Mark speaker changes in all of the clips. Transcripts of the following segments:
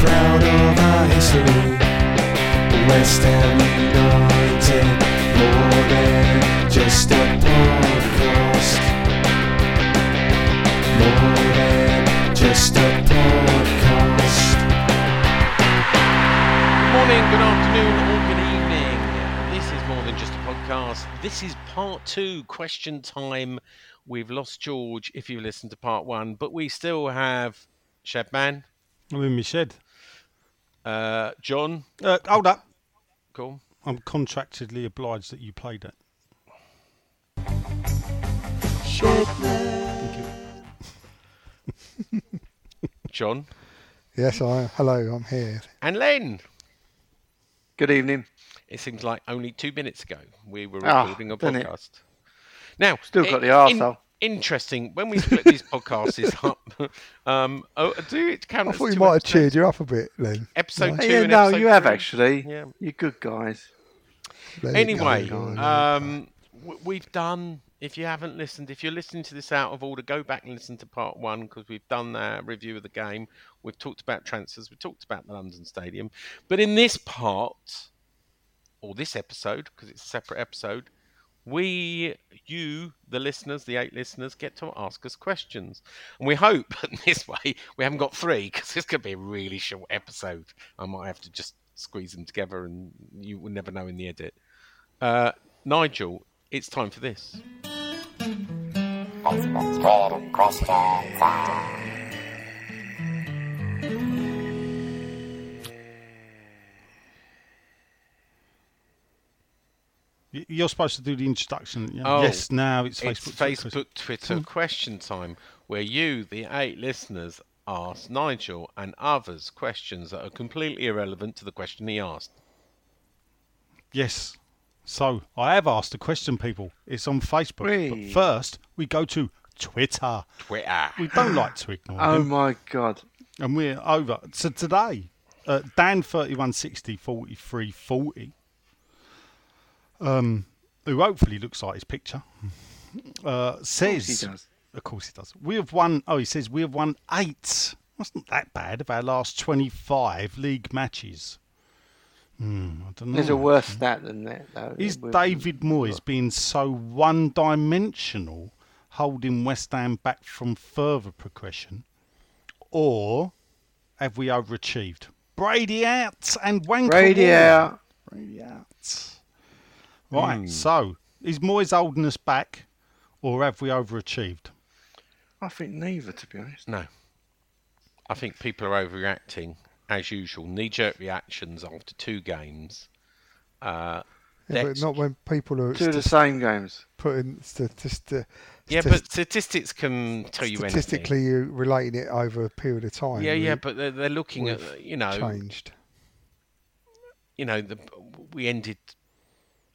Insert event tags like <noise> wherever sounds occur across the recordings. Speaker 1: Proud of our history, West Ham United, more than just a podcast. More than just a podcast.
Speaker 2: Morning, good afternoon, or good evening. This is more than just a podcast. This is part two, question time. We've lost George if you listened to part one, but we still have Shedman,
Speaker 3: I'm in my shed.
Speaker 2: uh, John.
Speaker 3: Uh, hold up.
Speaker 2: Cool.
Speaker 3: I'm contractually obliged that you played it.
Speaker 2: John.
Speaker 4: Yes, I hello, I'm here.
Speaker 2: And Len.
Speaker 5: Good evening.
Speaker 2: It seems like only two minutes ago we were
Speaker 5: Ah,
Speaker 2: recording a
Speaker 5: didn't it?
Speaker 2: podcast. Now,
Speaker 5: Still got
Speaker 2: i-
Speaker 5: the arsehole.
Speaker 2: interesting. When we split these podcasts up, <laughs> um, oh, do it count
Speaker 4: I
Speaker 2: as
Speaker 4: thought you
Speaker 2: two
Speaker 4: might have
Speaker 2: episodes?
Speaker 4: cheered you up a bit then.
Speaker 2: Episode two.
Speaker 5: yeah,
Speaker 2: and
Speaker 5: no,
Speaker 2: episode
Speaker 5: you have
Speaker 2: three?
Speaker 5: actually.
Speaker 2: Yeah.
Speaker 5: You're good guys.
Speaker 4: Let it
Speaker 2: anyway,
Speaker 4: go.
Speaker 2: um, w- we've done. If you haven't listened, if you're listening to this out of order, go back and listen to part one because we've done that review of the game. We've talked about transfers. We've talked about the London Stadium. But in this part, or this episode, because it's a separate episode, we, you, the listeners, the eight listeners, get to ask us questions. And we hope <laughs> this way we haven't got three because this could be a really short episode. I might have to just squeeze them together and you will never know in the edit. Uh, Nigel, it's time for this.
Speaker 3: Y- You're supposed to do the introduction. Yeah?
Speaker 2: Oh,
Speaker 3: yes, now it's
Speaker 2: It's
Speaker 3: Facebook.
Speaker 2: Facebook, Twitter question time, where you, the eight listeners, ask Nigel and others questions that are completely irrelevant to the question he asked.
Speaker 3: Yes. So I have asked a question, people. It's on Facebook. But
Speaker 5: Whee.
Speaker 3: first, we go to Twitter.
Speaker 2: Twitter.
Speaker 3: We
Speaker 2: <sighs>
Speaker 3: don't like to ignore
Speaker 5: Oh
Speaker 3: them,
Speaker 5: my god.
Speaker 3: and we're over. So today, uh, Dan thirty-one sixty forty-three forty, um, who hopefully looks like his picture, uh, says.
Speaker 5: He does.
Speaker 3: Of course he does. We have won. Oh, he says we have won eight. Wasn't that bad of our last twenty-five league matches? Hmm, I don't know.
Speaker 5: There's a worse stat than that though.
Speaker 3: Is
Speaker 5: We've-
Speaker 3: David Moyes being so one-dimensional, holding West Ham back from further progression, or have we overachieved? Brady out and Wanker.
Speaker 5: Brady
Speaker 3: Wall.
Speaker 5: out. Hmm.
Speaker 3: Brady out. Right. So is Moyes holding us back, or have we overachieved?
Speaker 5: I think neither to be honest.
Speaker 2: No. I think people are overreacting, as usual. Knee jerk reactions after two games. Uh,
Speaker 4: Yeah, but
Speaker 2: let's-
Speaker 4: not when people are
Speaker 5: Two of the
Speaker 4: st-
Speaker 5: same games.
Speaker 4: putting statistic.
Speaker 2: yeah, but statistics can tell you anything.
Speaker 4: statistically, you're relating it over a period of time.
Speaker 2: Yeah,
Speaker 4: we-
Speaker 2: yeah, but they're, they're looking at,
Speaker 4: we've
Speaker 2: you know,
Speaker 4: changed.
Speaker 2: you know, the, we ended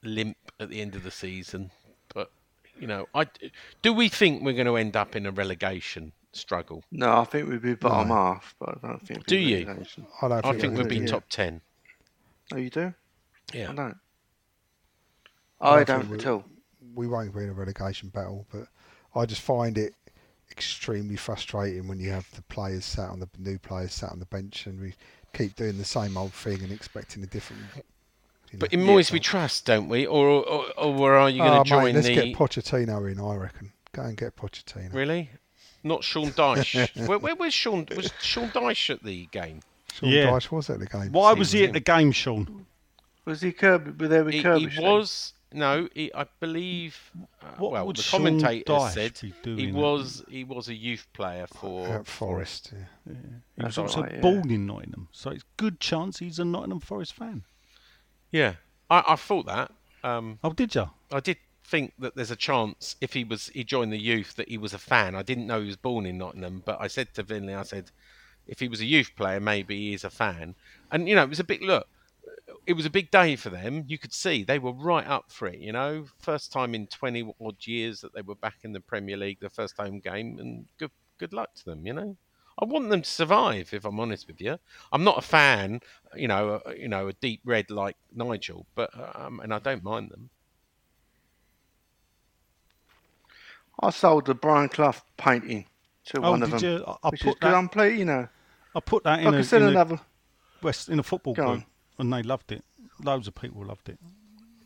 Speaker 2: limp at the end of the season, but you know, I do we think we're going to end up in a relegation struggle.
Speaker 5: No, I think we'd be bottom half, but I don't think. we'd
Speaker 2: Do
Speaker 5: be
Speaker 2: you?
Speaker 5: relegation.
Speaker 4: I don't
Speaker 2: I
Speaker 4: think,
Speaker 2: think
Speaker 4: we'll
Speaker 2: we'd be
Speaker 4: do it.
Speaker 2: top ten.
Speaker 5: Oh, you do? I
Speaker 2: Yeah.
Speaker 5: don't. I
Speaker 4: I think
Speaker 5: don't
Speaker 4: we-
Speaker 5: at all.
Speaker 4: We won't be in a relegation battle, but I just find it extremely frustrating when you have the players sat on the new players sat on the bench, and we keep doing the same old thing and expecting a different. you
Speaker 2: But
Speaker 4: know,
Speaker 2: in Moyes we trust, don't we? Or or, or are you going to
Speaker 4: Oh,
Speaker 2: join
Speaker 4: mate, let's
Speaker 2: the?
Speaker 4: get Pochettino in. I reckon. Go and get Pochettino.
Speaker 2: Really? Not Sean Dyche. where, where was Sean? Was Sean Dyche at the game?
Speaker 4: Sean
Speaker 3: Yeah.
Speaker 4: Dyche was at the game.
Speaker 3: Why was he at the game, Sean?
Speaker 5: Was he Kirby? Were there with
Speaker 2: He,
Speaker 5: Kirby?
Speaker 2: he was. No, he, I believe. Uh,
Speaker 3: What
Speaker 2: well,
Speaker 3: would
Speaker 2: the
Speaker 3: Sean
Speaker 2: commentator
Speaker 3: Dyche
Speaker 2: said
Speaker 3: be
Speaker 2: he
Speaker 3: doing
Speaker 2: was. He was a youth player for
Speaker 4: At
Speaker 2: Forest.
Speaker 4: Forest. Yeah.
Speaker 3: He was
Speaker 5: That's
Speaker 3: also
Speaker 5: alright, yeah.
Speaker 3: born in Nottingham, so it's good chance he's a Nottingham Forest fan.
Speaker 2: Yeah, I, I thought that. Um,
Speaker 3: Oh, did you?
Speaker 2: I did think that there's a chance if he was he joined the youth that he was a fan. I didn't know he was born in Nottingham, but I said to Vinley, I said, if he was a youth player, maybe he is a fan. And you know, it was a big look. It was a big day for them. You could see they were right up for it. You know, first time in twenty odd years that they were back in the Premier League, their first home game, and good good luck to them. You know. I want them to survive. If I'm honest with you, I'm not a fan, you know, uh, you know, a deep red like Nigel, but um, and I don't mind them.
Speaker 5: I sold the Brian Clough painting to
Speaker 3: Oh,
Speaker 5: one of
Speaker 3: did
Speaker 5: them.
Speaker 3: you? I, I
Speaker 5: which is
Speaker 3: put
Speaker 5: good.
Speaker 3: that.
Speaker 5: I'm pleased, you know.
Speaker 3: I put that in
Speaker 5: Like
Speaker 3: a,
Speaker 5: I said,
Speaker 3: in a
Speaker 5: another.
Speaker 3: West in a football
Speaker 5: Go
Speaker 3: group,
Speaker 5: on.
Speaker 3: and they loved it. Loads of people loved it.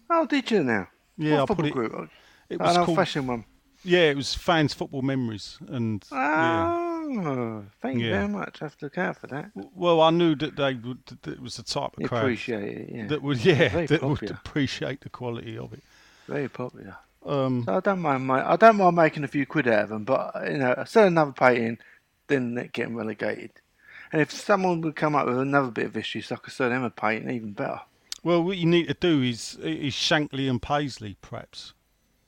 Speaker 5: Oh, did you now?
Speaker 3: Yeah, I
Speaker 5: what
Speaker 3: put
Speaker 5: football
Speaker 3: it.
Speaker 5: group?
Speaker 3: It was
Speaker 5: An
Speaker 3: called.
Speaker 5: old-fashioned one.
Speaker 3: Yeah, it was fans' football memories, and yeah.
Speaker 5: Oh, thank you
Speaker 3: Yeah.
Speaker 5: very much. I have to look out for that.
Speaker 3: well, I knew that they would. That it was the type of
Speaker 5: You
Speaker 3: crowd
Speaker 5: appreciate it. Yeah,
Speaker 3: that would, yeah,
Speaker 5: Very
Speaker 3: that would
Speaker 5: popular.
Speaker 3: appreciate the quality of it.
Speaker 5: very popular.
Speaker 3: Um,
Speaker 5: So I don't mind. My, I don't mind making a few quid out of them, but you know, I sell another painting, then they're getting relegated. And if someone would come up with another bit of issues, I could sell them a painting even better.
Speaker 3: well, what you need to do is is Shankly and Paisley, perhaps.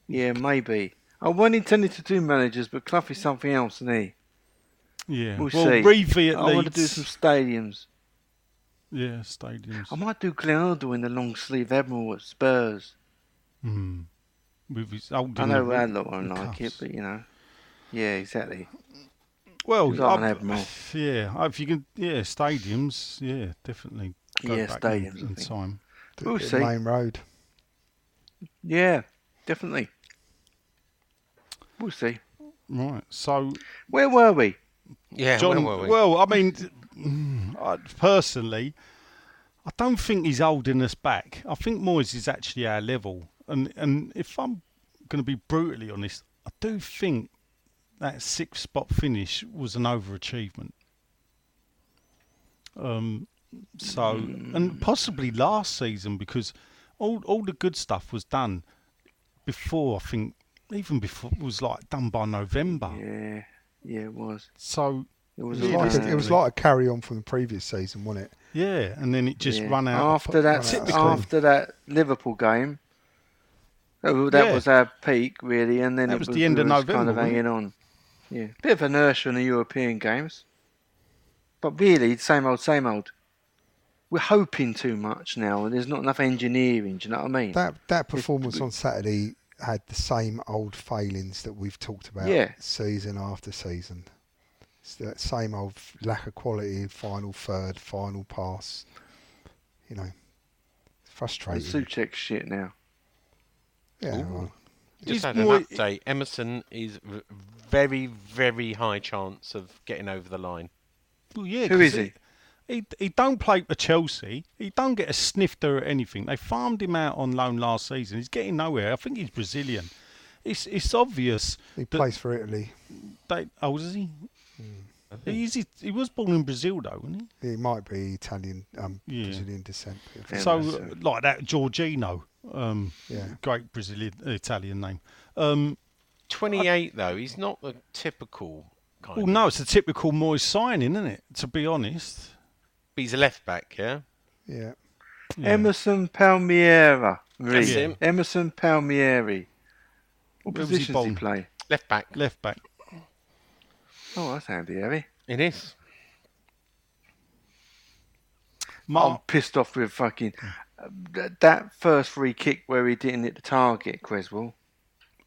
Speaker 5: Yeah, maybe. I wasn't intending to do managers, but Clough is something else, isn't he?
Speaker 3: Yeah.
Speaker 5: We'll,
Speaker 3: well
Speaker 5: see.
Speaker 3: Reeve at
Speaker 5: I want to do
Speaker 3: Leeds.
Speaker 5: some stadiums.
Speaker 3: Yeah, stadiums.
Speaker 5: I might do Glenardo in the long sleeve Admiral at Spurs.
Speaker 3: Hmm. With his old.
Speaker 5: I know Radlow won't
Speaker 3: the
Speaker 5: like it,
Speaker 3: cuffs.
Speaker 5: but you know. Yeah, exactly.
Speaker 3: Well,
Speaker 5: He's like an
Speaker 3: I-
Speaker 5: admiral.
Speaker 3: yeah, if you can, yeah, stadiums, yeah, definitely. Go
Speaker 5: Yeah,
Speaker 3: back
Speaker 5: stadiums,
Speaker 3: in,
Speaker 5: I
Speaker 3: in
Speaker 5: think.
Speaker 3: time.
Speaker 4: Do
Speaker 5: We'll
Speaker 4: it at
Speaker 5: see.
Speaker 4: Main Road.
Speaker 5: Yeah, definitely. We'll see.
Speaker 3: Right. So,
Speaker 5: Where were we?
Speaker 2: Yeah,
Speaker 3: John.
Speaker 2: where were we?
Speaker 3: Well, I mean, mm, I, personally, I don't think he's holding us back. I think Moyes is actually our level, and and if I'm going to be brutally honest, I do think that sixth spot finish was an overachievement. Um. So, and possibly last season because all all the good stuff was done before. I think even before it was like done by November.
Speaker 5: Yeah, yeah, it was.
Speaker 3: So
Speaker 5: It
Speaker 4: It
Speaker 5: was,
Speaker 4: was,
Speaker 5: a
Speaker 4: like
Speaker 5: lot.
Speaker 4: a, it was like a carry on from the previous season, wasn't it?
Speaker 3: Yeah, and then it just
Speaker 5: Yeah.
Speaker 3: run out of-
Speaker 5: after that.
Speaker 3: run out of steam.
Speaker 5: After that Liverpool game, that, was- that
Speaker 3: Yeah.
Speaker 5: was our peak really, and then
Speaker 3: That
Speaker 5: it
Speaker 3: was the end
Speaker 5: we
Speaker 3: of
Speaker 5: was Kind
Speaker 3: November,
Speaker 5: of
Speaker 3: wasn't
Speaker 5: hanging on. Yeah, bit of inertia in the European games, but really same old, same old. We're hoping too much now, and there's not enough engineering. Do you know what I mean?
Speaker 4: That that performance on Saturday had the same old failings that we've talked about
Speaker 5: Yeah.
Speaker 4: season after season. It's that same old f- lack of quality in final third, final pass. You know,
Speaker 5: the
Speaker 4: frustrating.
Speaker 5: Suchek shit now.
Speaker 4: yeah,
Speaker 2: Ooh.
Speaker 4: well,
Speaker 3: He's
Speaker 2: Just had an
Speaker 3: more-
Speaker 2: update. Emerson is v- very, very high chance of getting over the line.
Speaker 3: Well, yeah,
Speaker 5: Who
Speaker 3: 'cause
Speaker 5: is he?
Speaker 3: He he don't play for Chelsea. He don't get a snifter at anything. They farmed him out on loan last season. He's getting nowhere. I think he's Brazilian. It's it's obvious.
Speaker 4: he
Speaker 3: that
Speaker 4: plays for Italy.
Speaker 3: They, oh, was he?
Speaker 4: Hmm.
Speaker 3: He, is, he was born in Brazil though, wasn't
Speaker 4: He might be Italian, um,
Speaker 3: Yeah.
Speaker 4: Brazilian descent. but I
Speaker 3: he?
Speaker 5: Yeah,
Speaker 4: think-
Speaker 3: so
Speaker 5: that's
Speaker 3: uh,
Speaker 5: it.
Speaker 3: like that Jorginho, um,
Speaker 4: Yeah.
Speaker 3: great Brazilian Italian name. Um,
Speaker 2: 28, though, he's not the typical kind.
Speaker 3: Uh, well,
Speaker 2: of
Speaker 3: no, it's a typical Moyes signing, isn't it? To be honest.
Speaker 2: He's a left back, yeah?
Speaker 4: Yeah.
Speaker 5: Emerson Palmieri.
Speaker 2: That's him.
Speaker 5: Emerson Palmieri. What
Speaker 3: Where was he
Speaker 5: position does he
Speaker 3: bowling?
Speaker 5: play?
Speaker 2: Left back.
Speaker 3: Left back.
Speaker 5: Oh, that's handy, Harry.
Speaker 2: It is.
Speaker 3: Mark,
Speaker 5: I'm pissed off with fucking th- that first free kick where he didn't hit the target, Creswell.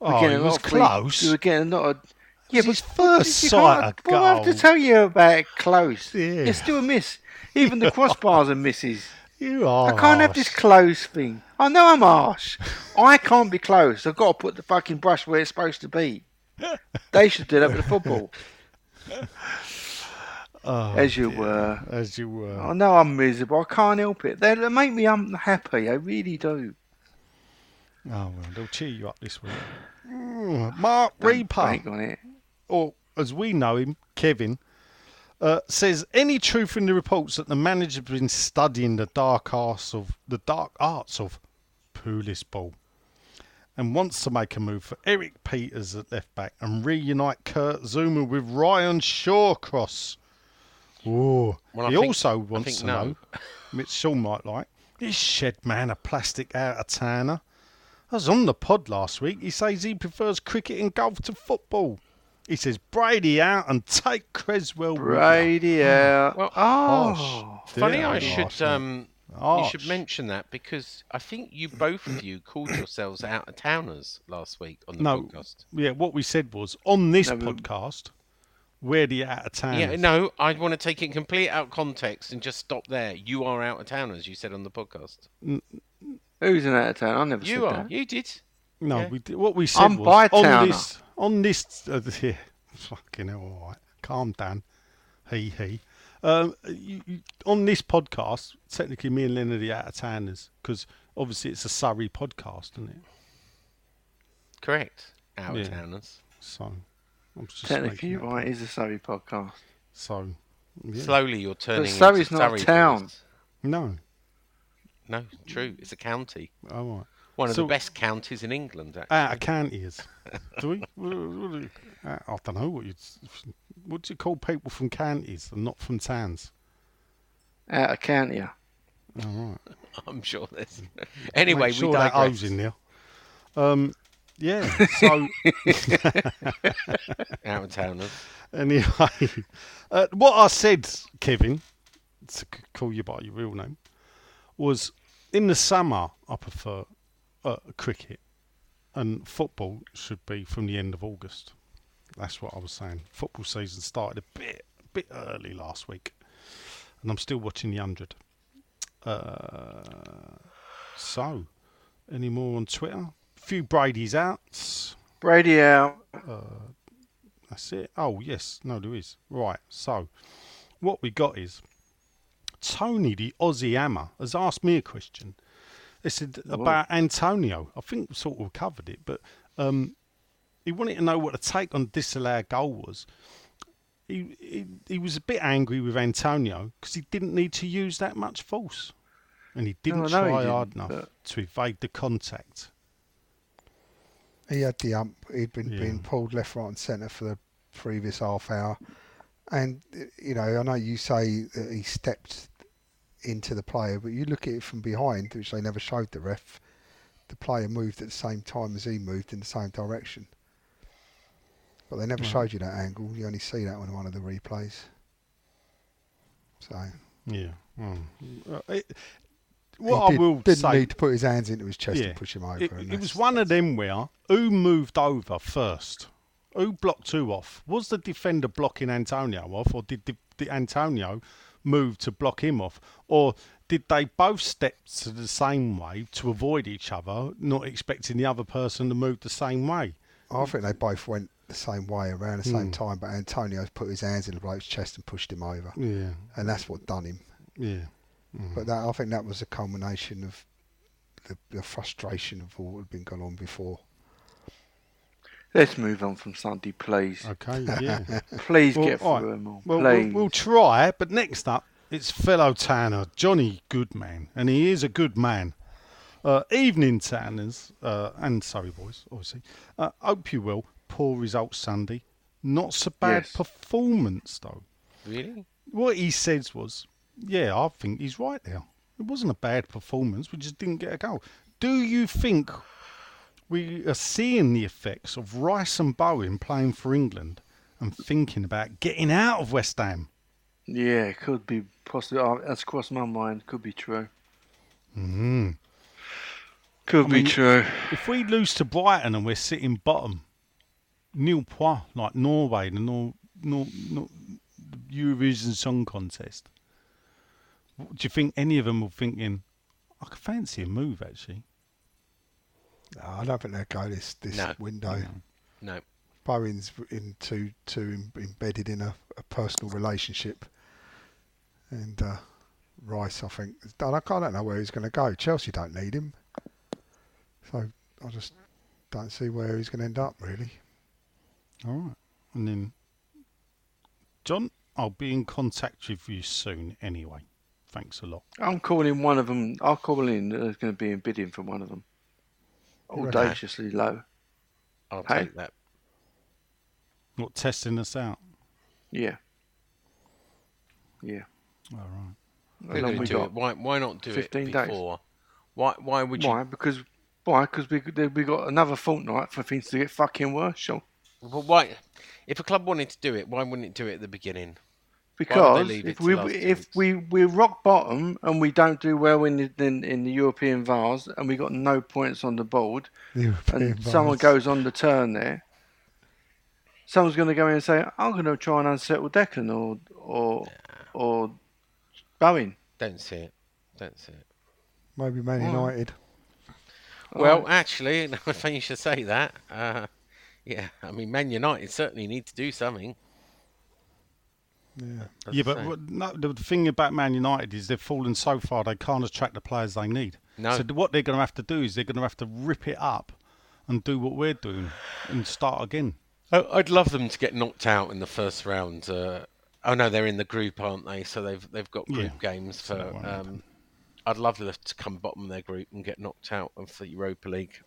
Speaker 3: oh,
Speaker 5: We're getting
Speaker 3: it
Speaker 5: a lot
Speaker 3: was
Speaker 5: of free-
Speaker 3: close.
Speaker 5: We were getting a lot of
Speaker 3: was his first
Speaker 5: you
Speaker 3: sight
Speaker 5: can't-
Speaker 3: of
Speaker 5: Well, I have to
Speaker 3: goal.
Speaker 5: tell you about it close.
Speaker 3: Yeah.
Speaker 5: It's still a miss.
Speaker 3: <laughs>
Speaker 5: Even the crossbars are misses.
Speaker 3: You are.
Speaker 5: I can't have this
Speaker 3: arse.
Speaker 5: close thing. I know I'm harsh. I can't be close. I've got to put the fucking brush where it's supposed
Speaker 3: <laughs>
Speaker 5: to be. They should do that with the football.
Speaker 3: Oh,
Speaker 5: As you were.
Speaker 3: As you were.
Speaker 5: I know I'm miserable. I can't help it. They they make me unhappy. I really do.
Speaker 3: Oh, well, they'll cheer you up this week. Mm, Mark Reaper,
Speaker 5: Bank on it.
Speaker 3: or as we know him, Kevin, uh, says any truth in the reports that the manager's been studying the dark arts of the dark arts of Poulis ball, and wants to make a move for Eric Peters at left back and reunite Kurt Zuma with Ryan Shawcross. Ooh.
Speaker 2: Well, I
Speaker 3: he
Speaker 2: think-
Speaker 3: also
Speaker 2: I
Speaker 3: wants
Speaker 2: think
Speaker 3: to
Speaker 2: no.
Speaker 3: know, which Sean might like, is Shed Man a plastic out of tanner? I was on the pod last week. He says he prefers cricket and golf to football. He says Brady out and take Creswell. with you."
Speaker 5: Brady out.
Speaker 3: Hmm.
Speaker 2: Well,
Speaker 5: oh.
Speaker 3: Harsh.
Speaker 2: Funny,
Speaker 3: Yeah,
Speaker 2: I
Speaker 3: harsh,
Speaker 2: should
Speaker 3: mate.
Speaker 2: um, you
Speaker 3: Harsh.
Speaker 2: should mention that because I think you both of you called yourselves out of towners last week on the
Speaker 3: No,
Speaker 2: podcast.
Speaker 3: yeah. What we said was on this
Speaker 5: No, we-
Speaker 3: podcast, we're the out of town.
Speaker 2: Yeah, no, I want to take it complete out of context and just stop there. You are out of towners, you said on the podcast.
Speaker 5: Who's an out of town? I never
Speaker 2: You
Speaker 5: said
Speaker 2: are.
Speaker 5: that.
Speaker 2: You did.
Speaker 3: No,
Speaker 2: Yeah.
Speaker 3: we did, what we said
Speaker 5: I'm
Speaker 3: was
Speaker 5: bi-towner.
Speaker 3: on this on this uh, <laughs> yeah, fucking hell, all right. Calm down. He he. Um, you, you, on this podcast, technically, me and Leonard are out of towners because obviously it's a Surrey podcast, isn't it?
Speaker 2: Correct. Out of
Speaker 3: Yeah.
Speaker 2: towners.
Speaker 3: So I'm just
Speaker 5: Technically,
Speaker 3: making
Speaker 5: you're
Speaker 3: that
Speaker 5: right.
Speaker 3: point.
Speaker 5: It's a Surrey podcast.
Speaker 3: So yeah.
Speaker 2: Slowly you're turning. into
Speaker 5: Surrey's not a
Speaker 2: Surrey
Speaker 5: town.
Speaker 2: boys.
Speaker 3: no,
Speaker 2: No, true. It's a county.
Speaker 3: all right.
Speaker 2: One of
Speaker 3: So-
Speaker 2: the best counties in England, <laughs> actually.
Speaker 3: Out of counties, do we? <laughs> What- what do you- uh, I don't know what you what do you call people from counties and not from towns?
Speaker 5: Out of county.
Speaker 3: All right.
Speaker 2: I'm sure there's. <laughs> Anyway,
Speaker 3: Make sure
Speaker 2: we
Speaker 3: that
Speaker 2: digress.
Speaker 3: O's in there. Um, yeah. So
Speaker 2: <laughs> Out of towners.
Speaker 3: anyway, <laughs> uh, what I said, Kevin, to c- call you by your real name, was in the summer I prefer uh, cricket, and football should be from the end of August. That's what I was saying. Football season started a bit, a bit early last week, and I'm still watching the hundred. Uh, so, any more on Twitter? Few Brady's outs.
Speaker 5: Brady out.
Speaker 3: That's it. Oh yes, no, there is. Right. So, what we got is Tony the Aussie Hammer has asked me a question. They said about Antonio. I think we sort of covered it, but um, he wanted to know what the take on disallowed goal was. He, he he was a bit angry with Antonio because he didn't need to use that much force, and he didn't
Speaker 5: I know
Speaker 3: try
Speaker 5: he didn't,
Speaker 3: hard enough
Speaker 5: but-
Speaker 3: to evade the contact.
Speaker 4: He had the ump. He'd been
Speaker 3: Yeah.
Speaker 4: being pulled left, right, and centre for the previous half hour. And uh, you know, I know you say that he stepped into the player, but you look at it from behind, which they never showed the ref. The player moved at the same time as he moved in the same direction. But they never showed you that angle. You only see that on one of the replays. So
Speaker 3: Yeah. Mm. Uh, it-
Speaker 4: he
Speaker 3: what
Speaker 4: did,
Speaker 3: I will
Speaker 4: didn't
Speaker 3: say,
Speaker 4: need to put his hands into his chest and push him over.
Speaker 3: It,
Speaker 4: and
Speaker 3: it
Speaker 4: that's-
Speaker 3: was one of them where who moved over first? Who blocked who off? Was the defender blocking Antonio off, or did, the did Antonio move to block him off? Or did they both step to the same way to avoid each other, not expecting the other person to move the same way?
Speaker 4: I think they both went the same way around the same time, but Antonio's put his hands in the bloke's chest and pushed him over,
Speaker 3: Yeah,
Speaker 4: and that's what done him.
Speaker 3: yeah.
Speaker 4: But that, I think that was a culmination of the, the frustration of all that had been going on before.
Speaker 5: Let's move on from Sunday, please.
Speaker 3: <laughs> Okay, yeah.
Speaker 5: Please
Speaker 3: Well,
Speaker 5: get
Speaker 3: all
Speaker 5: through
Speaker 3: right.
Speaker 5: them all.
Speaker 3: Well,
Speaker 5: please.
Speaker 3: we'll, we'll try, but next up, it's fellow tanner Johnny Goodman, and he is a good man. Uh, evening tanners, uh, and sorry boys, obviously. Uh, hope you will. Poor results Sunday. Not so bad
Speaker 5: Yes.
Speaker 3: performance though.
Speaker 2: Really?
Speaker 3: What he says was, yeah, I think he's right there. It wasn't a bad performance. We just didn't get a goal. Do you think we are seeing the effects of Rice and Bowen playing for England and thinking about getting out of West Ham?
Speaker 5: Yeah, could be possible. Oh, that's crossed my mind. Could be true.
Speaker 2: Mm-hmm.
Speaker 3: Mm.
Speaker 5: Could be
Speaker 3: mean-
Speaker 5: true.
Speaker 3: If we lose to Brighton and we're sitting bottom, nil points, like Norway, the Nor, Nor, Nor, Eurovision Song Contest. Do you think any of them were thinking, I could fancy a move actually?
Speaker 4: No, I don't think they'll go this this
Speaker 2: No.
Speaker 4: window.
Speaker 2: No.
Speaker 4: Bowen's in too too em- embedded in a, a personal relationship, and uh, Rice, I think, is done. I can't- I don't know where he's going to go. Chelsea don't need him, so I just don't see where he's going to end up really.
Speaker 3: All right. And then, John, I'll be in contact with you soon anyway. Thanks a lot.
Speaker 5: I'm calling one of them. I'll call in. There's going to be a bidding for one of them. Audaciously low.
Speaker 2: I'll
Speaker 5: Hey.
Speaker 2: take that.
Speaker 3: Not testing us out.
Speaker 5: Yeah. Yeah.
Speaker 3: All right.
Speaker 5: How
Speaker 2: We're
Speaker 5: long
Speaker 2: gonna
Speaker 5: we
Speaker 2: do
Speaker 5: got?
Speaker 2: it. Why, why not do
Speaker 5: 15
Speaker 2: it
Speaker 5: days.
Speaker 2: before? Why, why would you?
Speaker 5: Why? Because why? Because we then we got another fortnight for things to get fucking worse. Sure.
Speaker 2: Well, why? If a club wanted to do it, why wouldn't it do it at the beginning? Why would
Speaker 5: Because
Speaker 2: they leave it
Speaker 5: if
Speaker 2: to
Speaker 5: we
Speaker 2: last two
Speaker 5: if
Speaker 2: weeks?
Speaker 5: we we're rock bottom and we don't do well in the, in, in the European Vars and we got no points on the board
Speaker 4: <laughs>
Speaker 5: and
Speaker 4: European
Speaker 5: someone
Speaker 4: violence.
Speaker 5: goes on the turn there, someone's going to go in and say, "I'm going to try and unsettle Declan or or or Bowen."
Speaker 2: Don't see it. Don't see it.
Speaker 4: Maybe Man United.
Speaker 2: Well, actually, <laughs> no, I think you should say that. Uh, yeah, I mean, Man United certainly need to do something.
Speaker 4: Yeah.
Speaker 2: as
Speaker 3: yeah,
Speaker 2: I
Speaker 3: but
Speaker 2: say.
Speaker 3: what, no, the thing about Man United is they've fallen so far they can't attract the players they need.
Speaker 2: No.
Speaker 3: So th- what they're going to have to do is they're going to have to rip it up and do what we're doing and start again.
Speaker 2: I- I'd love them to get knocked out in the first round. Uh, oh no, they're in the group, aren't they? So they've they've got group
Speaker 3: Yeah,
Speaker 2: games
Speaker 3: so
Speaker 2: for.
Speaker 3: that won't
Speaker 2: Um,
Speaker 3: happen.
Speaker 2: I'd love them to come bottom of their group and get knocked out of the Europa League.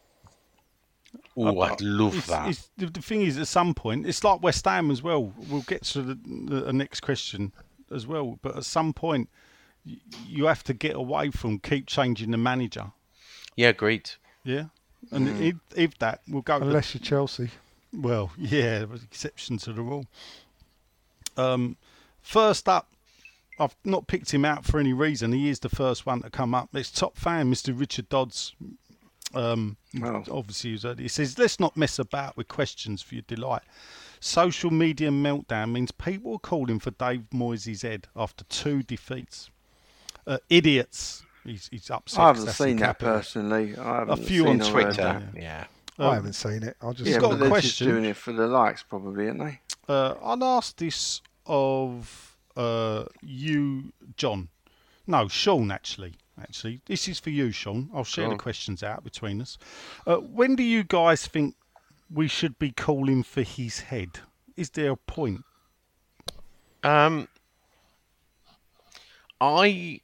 Speaker 2: Oh,
Speaker 3: Uh,
Speaker 2: I'd love
Speaker 3: it's-
Speaker 2: that.
Speaker 3: it's- the, the thing is, at some point, it's like West Ham as well. We'll get to the, the, the next question as well, but at some point, y- you have to get away from keep changing the manager.
Speaker 2: Yeah, agreed.
Speaker 3: Yeah, and if, if that will go, to,
Speaker 4: Unless you're Chelsea.
Speaker 3: well, <laughs> yeah, with exception to the rule. Um, first up, I've not picked him out for any reason. He is the first one to come up. It's top fan, Mr. Richard Dodds. Um,
Speaker 5: Wow.
Speaker 3: obviously he's he says let's not mess about with questions for your delight social media meltdown means people are calling for dave moyes' head after two defeats uh, idiots he's, he's upset
Speaker 5: I
Speaker 3: 'cause
Speaker 5: haven't
Speaker 3: that's in
Speaker 5: seen that
Speaker 3: capital.
Speaker 5: personally. I haven't
Speaker 3: few on
Speaker 5: seen or heard
Speaker 3: Twitter.
Speaker 5: uh, that.
Speaker 3: yeah.
Speaker 2: Yeah.
Speaker 4: I haven't seen it. I just
Speaker 5: Yeah,
Speaker 3: got
Speaker 5: but
Speaker 3: a
Speaker 5: they're just
Speaker 3: question.
Speaker 5: doing it for the likes, probably, aren't they?
Speaker 3: Uh, I'll ask this of uh, you, John. No, Sean. Actually, actually, this is for you, Sean. I'll share the questions out between us. Uh, when do you guys think we should be calling for his head? Is there a point?
Speaker 2: Um, I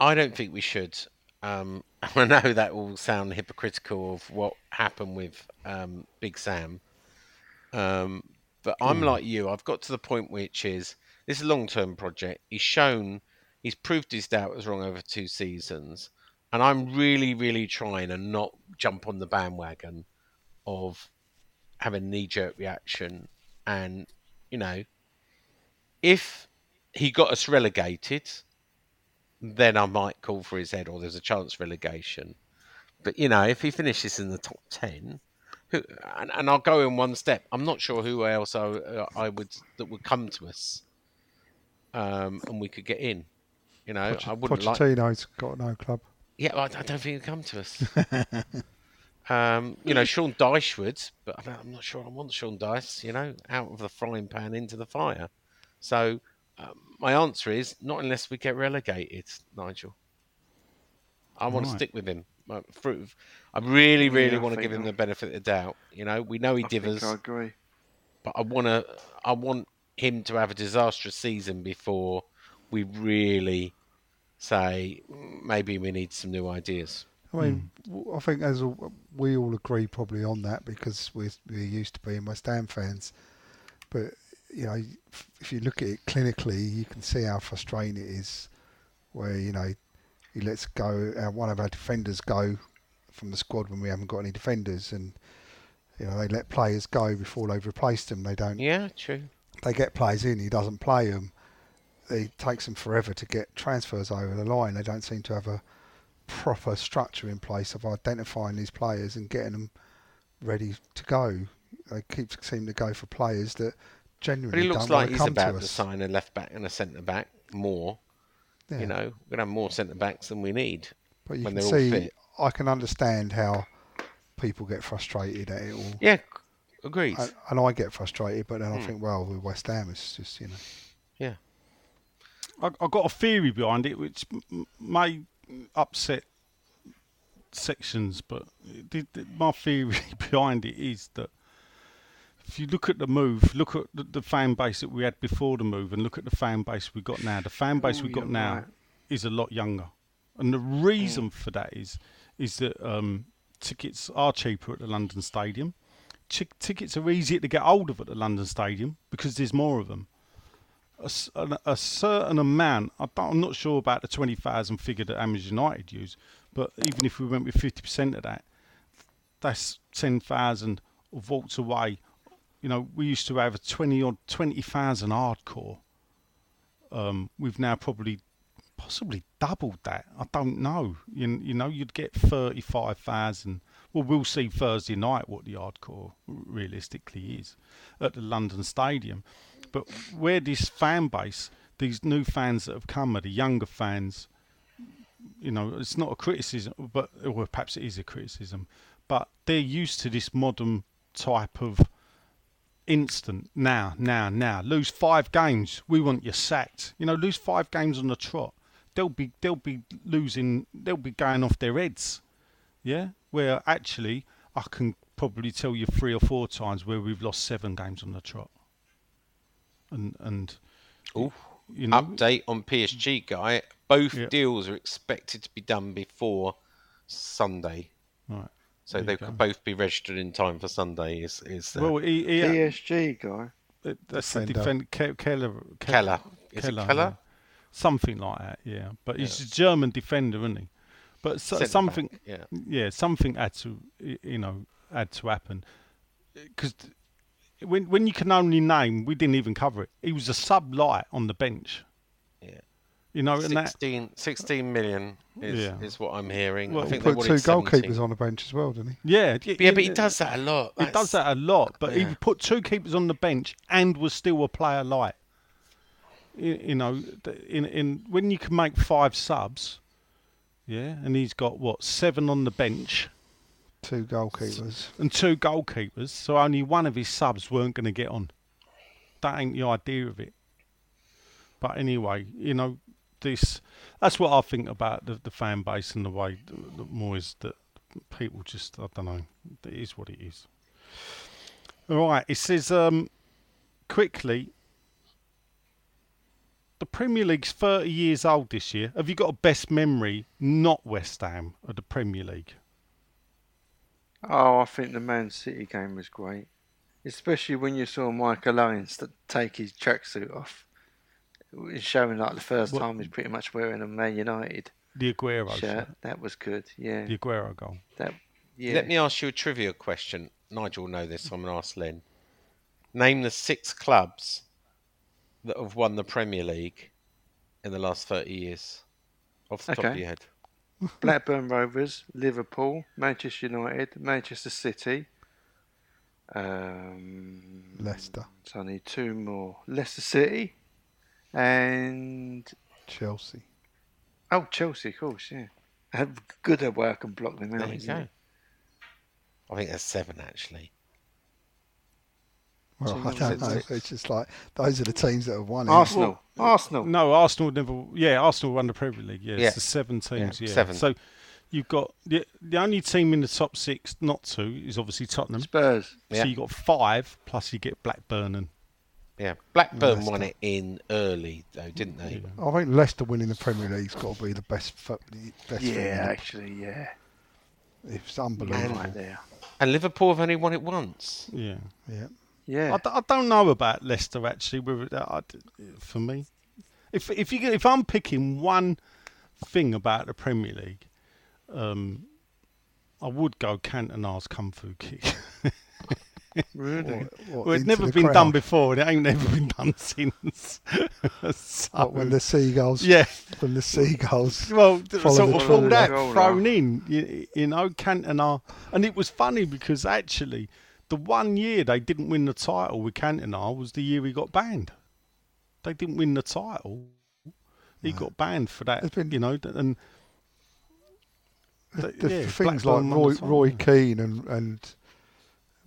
Speaker 2: I don't think we should. Um, <laughs> I know that will sound hypocritical of what happened with um, Big Sam, um, but I'm like you. I've got to the point which is this is a long term project. He's shown, he's proved his doubt was wrong over two seasons, and I'm really, really trying to not jump on the bandwagon of having knee jerk reaction and you know, if he got us relegated, then I might call for his head, or there's a chance of relegation. But you know, if he finishes in the top ten, who, and, and I'll go in one step. I'm not sure who else I, uh, I would that would come to us, um, and we could get in. You know, I wouldn't like.
Speaker 4: Pochettino's got no club.
Speaker 2: Yeah, I, I don't think he'd come to us.
Speaker 5: <laughs>
Speaker 2: um, you know, Sean Dyche would, but I don't, I'm not sure I want Sean Dyche, you know, out of the frying pan into the fire. So um, my answer is not unless we get relegated, Nigel. I want to
Speaker 3: Right.
Speaker 2: stick with him. Uh, through- I really, really
Speaker 5: I
Speaker 2: want to
Speaker 5: think
Speaker 2: give him
Speaker 5: I-
Speaker 2: the benefit of the doubt. You know, we know he
Speaker 5: I think
Speaker 2: divers
Speaker 5: I agree.
Speaker 2: but I want to. I want him to have a disastrous season before we really say "Mm, maybe we need some new ideas.
Speaker 4: I mean, w I I think as a, we all agree probably on that because we're, we're used to being West Ham fans. But, you know, if- if you look at it clinically, you can see how frustrating it is where, you know, he lets go, uh, one of our defenders go from the squad when we haven't got any defenders. And, you know, they let players go before they've replaced them. They don't
Speaker 2: Yeah, true.
Speaker 4: they get players in, he doesn't play them. It takes them forever to get transfers over the line. They don't seem to have a proper structure in place of identifying these players and getting them ready to go. they keep seeming to go for players that
Speaker 2: But he
Speaker 4: genuinely
Speaker 2: looks
Speaker 4: don't want
Speaker 2: like
Speaker 4: to
Speaker 2: he's
Speaker 4: come to
Speaker 2: about to
Speaker 4: us.
Speaker 2: sign a left back and a centre back more.
Speaker 4: Yeah.
Speaker 2: You know, we're going to have more centre backs than we need.
Speaker 4: but you
Speaker 2: when
Speaker 4: can
Speaker 2: they're all
Speaker 4: see,
Speaker 2: fit.
Speaker 4: I can understand how people get frustrated at it all.
Speaker 2: Yeah, c- agreed.
Speaker 4: And, and I get frustrated, but
Speaker 2: Hmm.
Speaker 4: then I think, well, with West Ham, it's just you know,
Speaker 2: yeah.
Speaker 3: I, I've got a theory behind it, which m- m- may upset sections, but it, did- did- my theory <laughs> behind it is that if you look at the move, look at the, the fan base that we had before the move, and look at the fan base we got now. The fan base
Speaker 5: Oh,
Speaker 3: we got
Speaker 5: you're
Speaker 3: now
Speaker 5: right. Mm.
Speaker 3: is a lot younger, and the reason for that is is that um, tickets are cheaper at the London Stadium. Chick- tickets are easier to get hold of at the London Stadium because there's more of them a, s- an- a certain amount. I don't, I'm not sure about the 20,000 figure that Amers United use, but even if we went with 50% of that, that's 10,000 of walked away. You know, we used to have a 20 odd 20,000 hardcore. Um, we've now probably possibly doubled that. I don't know. You, you know, you'd get 35,000. Well, we'll see Thursday night what the hardcore realistically is at the London Stadium. But where this fan base, these new fans that have come, are the younger fans. You know, it's not a criticism, but or perhaps it is a criticism. But they're used to this modern type of instant now, now, now. Lose five games, we want you sacked. You know, lose five games on the trot, they'll be they'll be losing, they'll be going off their heads. Yeah, where actually I can probably tell you three or four times where we've lost seven games on the trot. And and
Speaker 2: Ooh.
Speaker 3: you know,
Speaker 2: Update on PSG guy. Both
Speaker 3: Mm-hmm. Yeah.
Speaker 2: deals are expected to be done before Sunday,
Speaker 3: right.
Speaker 2: so
Speaker 3: There
Speaker 2: they
Speaker 3: you go.
Speaker 2: could both be registered in time for Sunday. Is is uh,
Speaker 3: Well, he, he,
Speaker 5: PSG guy.
Speaker 3: uh, that's the
Speaker 4: Defender.
Speaker 3: defend Ke- Keller, Ke-
Speaker 2: Keller? Is it Keller?
Speaker 3: yeah. something like that. Yeah, but he's a German defender, isn't he? But so,
Speaker 2: Centre-back,
Speaker 3: something,
Speaker 2: yeah.
Speaker 3: yeah, something had to, y- you know, had to happen because when when you can only name, we didn't even cover it. He was a sub light on the bench,
Speaker 2: Yeah.
Speaker 3: you know, and that
Speaker 2: 16, 16 million is,
Speaker 3: Yeah.
Speaker 2: is what I'm hearing.
Speaker 3: Well,
Speaker 2: I
Speaker 3: he
Speaker 2: think they
Speaker 4: put two
Speaker 2: wanted 17.
Speaker 4: goalkeepers on the bench as well, didn't he?
Speaker 3: yeah, y-
Speaker 2: Yeah, but he does that a lot.
Speaker 3: He
Speaker 2: That's-
Speaker 3: does that a lot, but
Speaker 2: yeah.
Speaker 3: he put two keepers on the bench and was still a player light. You, you know, th- in in when you can make five subs, yeah, and he's got what seven on the bench
Speaker 4: Two goalkeepers.
Speaker 3: and two goalkeepers, so only one of his subs weren't going to get on. That ain't the idea of it. But anyway, you know, this that's what I think about the, the fan base and the way th- that Moyes that people just I don't know. It is what it is. All right, it says um quickly the Premier League's 30 years old this year. Have you got a best memory, not West Ham, of the Premier League?
Speaker 5: Oh, I think the Man City game was great, especially when you saw Michael Owens t- take his tracksuit off. It was showing like the first
Speaker 3: What-
Speaker 5: time he's pretty much wearing a Man United
Speaker 3: The Aguero,
Speaker 5: shirt.
Speaker 3: shirt.
Speaker 5: That was good. Yeah,
Speaker 3: the Aguero goal.
Speaker 5: that. Yeah.
Speaker 2: Let me ask you a trivia question. Nigel will know this, so I'm going to ask Len. Name the six clubs that have won the Premier League in the last 30 years off the top of
Speaker 5: Okay.
Speaker 2: your head.
Speaker 5: Blackburn Rovers, Liverpool, Manchester United, Manchester City. Um,
Speaker 4: Leicester,
Speaker 5: so I need two more. Leicester City, and
Speaker 4: Chelsea.
Speaker 5: oh Chelsea, of course. Yeah, Have good at work and block them out.
Speaker 2: There you
Speaker 5: isn't it?
Speaker 2: go. I think there's seven, actually.
Speaker 4: Well, <laughs> I
Speaker 5: Teams
Speaker 4: don't
Speaker 2: that-
Speaker 4: know. It's just like those are the teams that have won. it.
Speaker 5: Arsenal. Arsenal.
Speaker 3: No, Arsenal never. Yeah, Arsenal won the Premier League. Yeah,
Speaker 2: Yeah.
Speaker 3: it's the seven teams. Yeah,
Speaker 2: seven.
Speaker 3: So you've got the the only team in the top six not to is obviously Tottenham.
Speaker 5: Spurs.
Speaker 2: Yeah.
Speaker 3: So you got five plus you get Blackburn and
Speaker 2: Yeah. Blackburn won it in early, though, didn't they?
Speaker 4: I think Leicester winning the Premier League's got to be the best. Fo- the best thing.
Speaker 5: Yeah, actually, yeah.
Speaker 4: it's
Speaker 5: Man,
Speaker 4: unbelievable.
Speaker 5: right there.
Speaker 2: And Liverpool have only won it once.
Speaker 3: yeah.
Speaker 4: Yeah,
Speaker 5: Yeah.
Speaker 3: I, d- I don't know about Leicester actually. Whether that, I d for me, if if you get- if I'm picking one thing about the Premier League, um, I would go Cantona's kung fu kick.
Speaker 5: Really?
Speaker 4: What,
Speaker 3: well, it's
Speaker 4: into
Speaker 3: never
Speaker 4: the
Speaker 3: been
Speaker 4: crowd?
Speaker 3: done before, and it ain't never <laughs> been done since. so,
Speaker 4: What, when the seagulls,
Speaker 3: yeah.
Speaker 4: when
Speaker 3: <laughs>
Speaker 4: the seagulls.
Speaker 3: well, d-
Speaker 4: Follow
Speaker 3: sort
Speaker 4: the
Speaker 3: of all
Speaker 4: trend.
Speaker 3: that
Speaker 5: Roll
Speaker 3: thrown in, you, you know, Cantona. And it was funny because actually The one year they didn't win the title with Cantona was the year he got banned. They didn't win the title. He got banned for that.
Speaker 4: There's been-
Speaker 3: you know, th- and th-
Speaker 4: the
Speaker 3: yeah,
Speaker 4: things
Speaker 3: Blackburn won
Speaker 4: like Roy,
Speaker 3: the title,
Speaker 4: Roy
Speaker 3: yeah.
Speaker 4: Keane and, and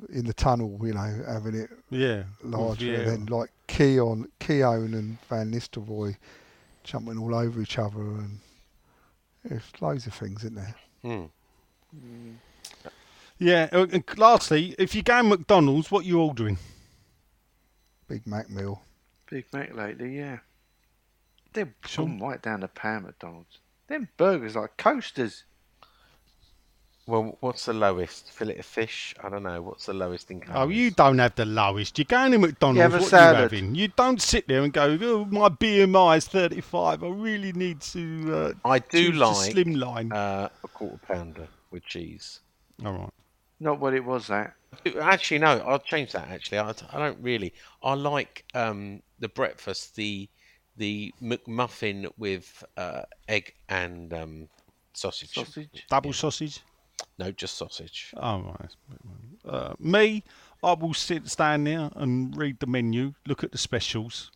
Speaker 4: in the tunnel, you know, having it
Speaker 3: yeah, with
Speaker 4: larger,
Speaker 3: Vieira.
Speaker 4: and then like Keon, Keown and Van Nistelrooy jumping all over each other, and there's loads of things in there.
Speaker 3: Yeah, uh, and lastly, if you go to McDonald's, what you ordering?
Speaker 4: Big Mac meal.
Speaker 5: Big Mac lately, yeah. They've
Speaker 3: Sure.
Speaker 5: gone right down the pan, McDonald's. Them burgers are like coasters.
Speaker 2: Well, what's the lowest? Fillet of fish? I don't know. What's the lowest in
Speaker 3: Oh,
Speaker 2: calories?
Speaker 3: you don't have the lowest. You're going to McDonald's.
Speaker 5: have a
Speaker 3: what
Speaker 5: salad.
Speaker 3: you having? You don't sit there and go, oh, my BMI is 35. I really need to. Uh,
Speaker 2: I do
Speaker 3: choose the
Speaker 2: like
Speaker 3: slimline.
Speaker 2: uh, a quarter pounder with cheese.
Speaker 3: All right.
Speaker 5: Not what it was that.
Speaker 2: Actually, no, I'll change that. Actually, I, I don't really. I like um, the breakfast, the the McMuffin with uh, egg and um, sausage.
Speaker 5: Sausage.
Speaker 3: Double sausage.
Speaker 2: No, just sausage.
Speaker 3: Oh, right. that's a bit wrong. Uh, me, I will sit stand there and read the menu, look at the specials,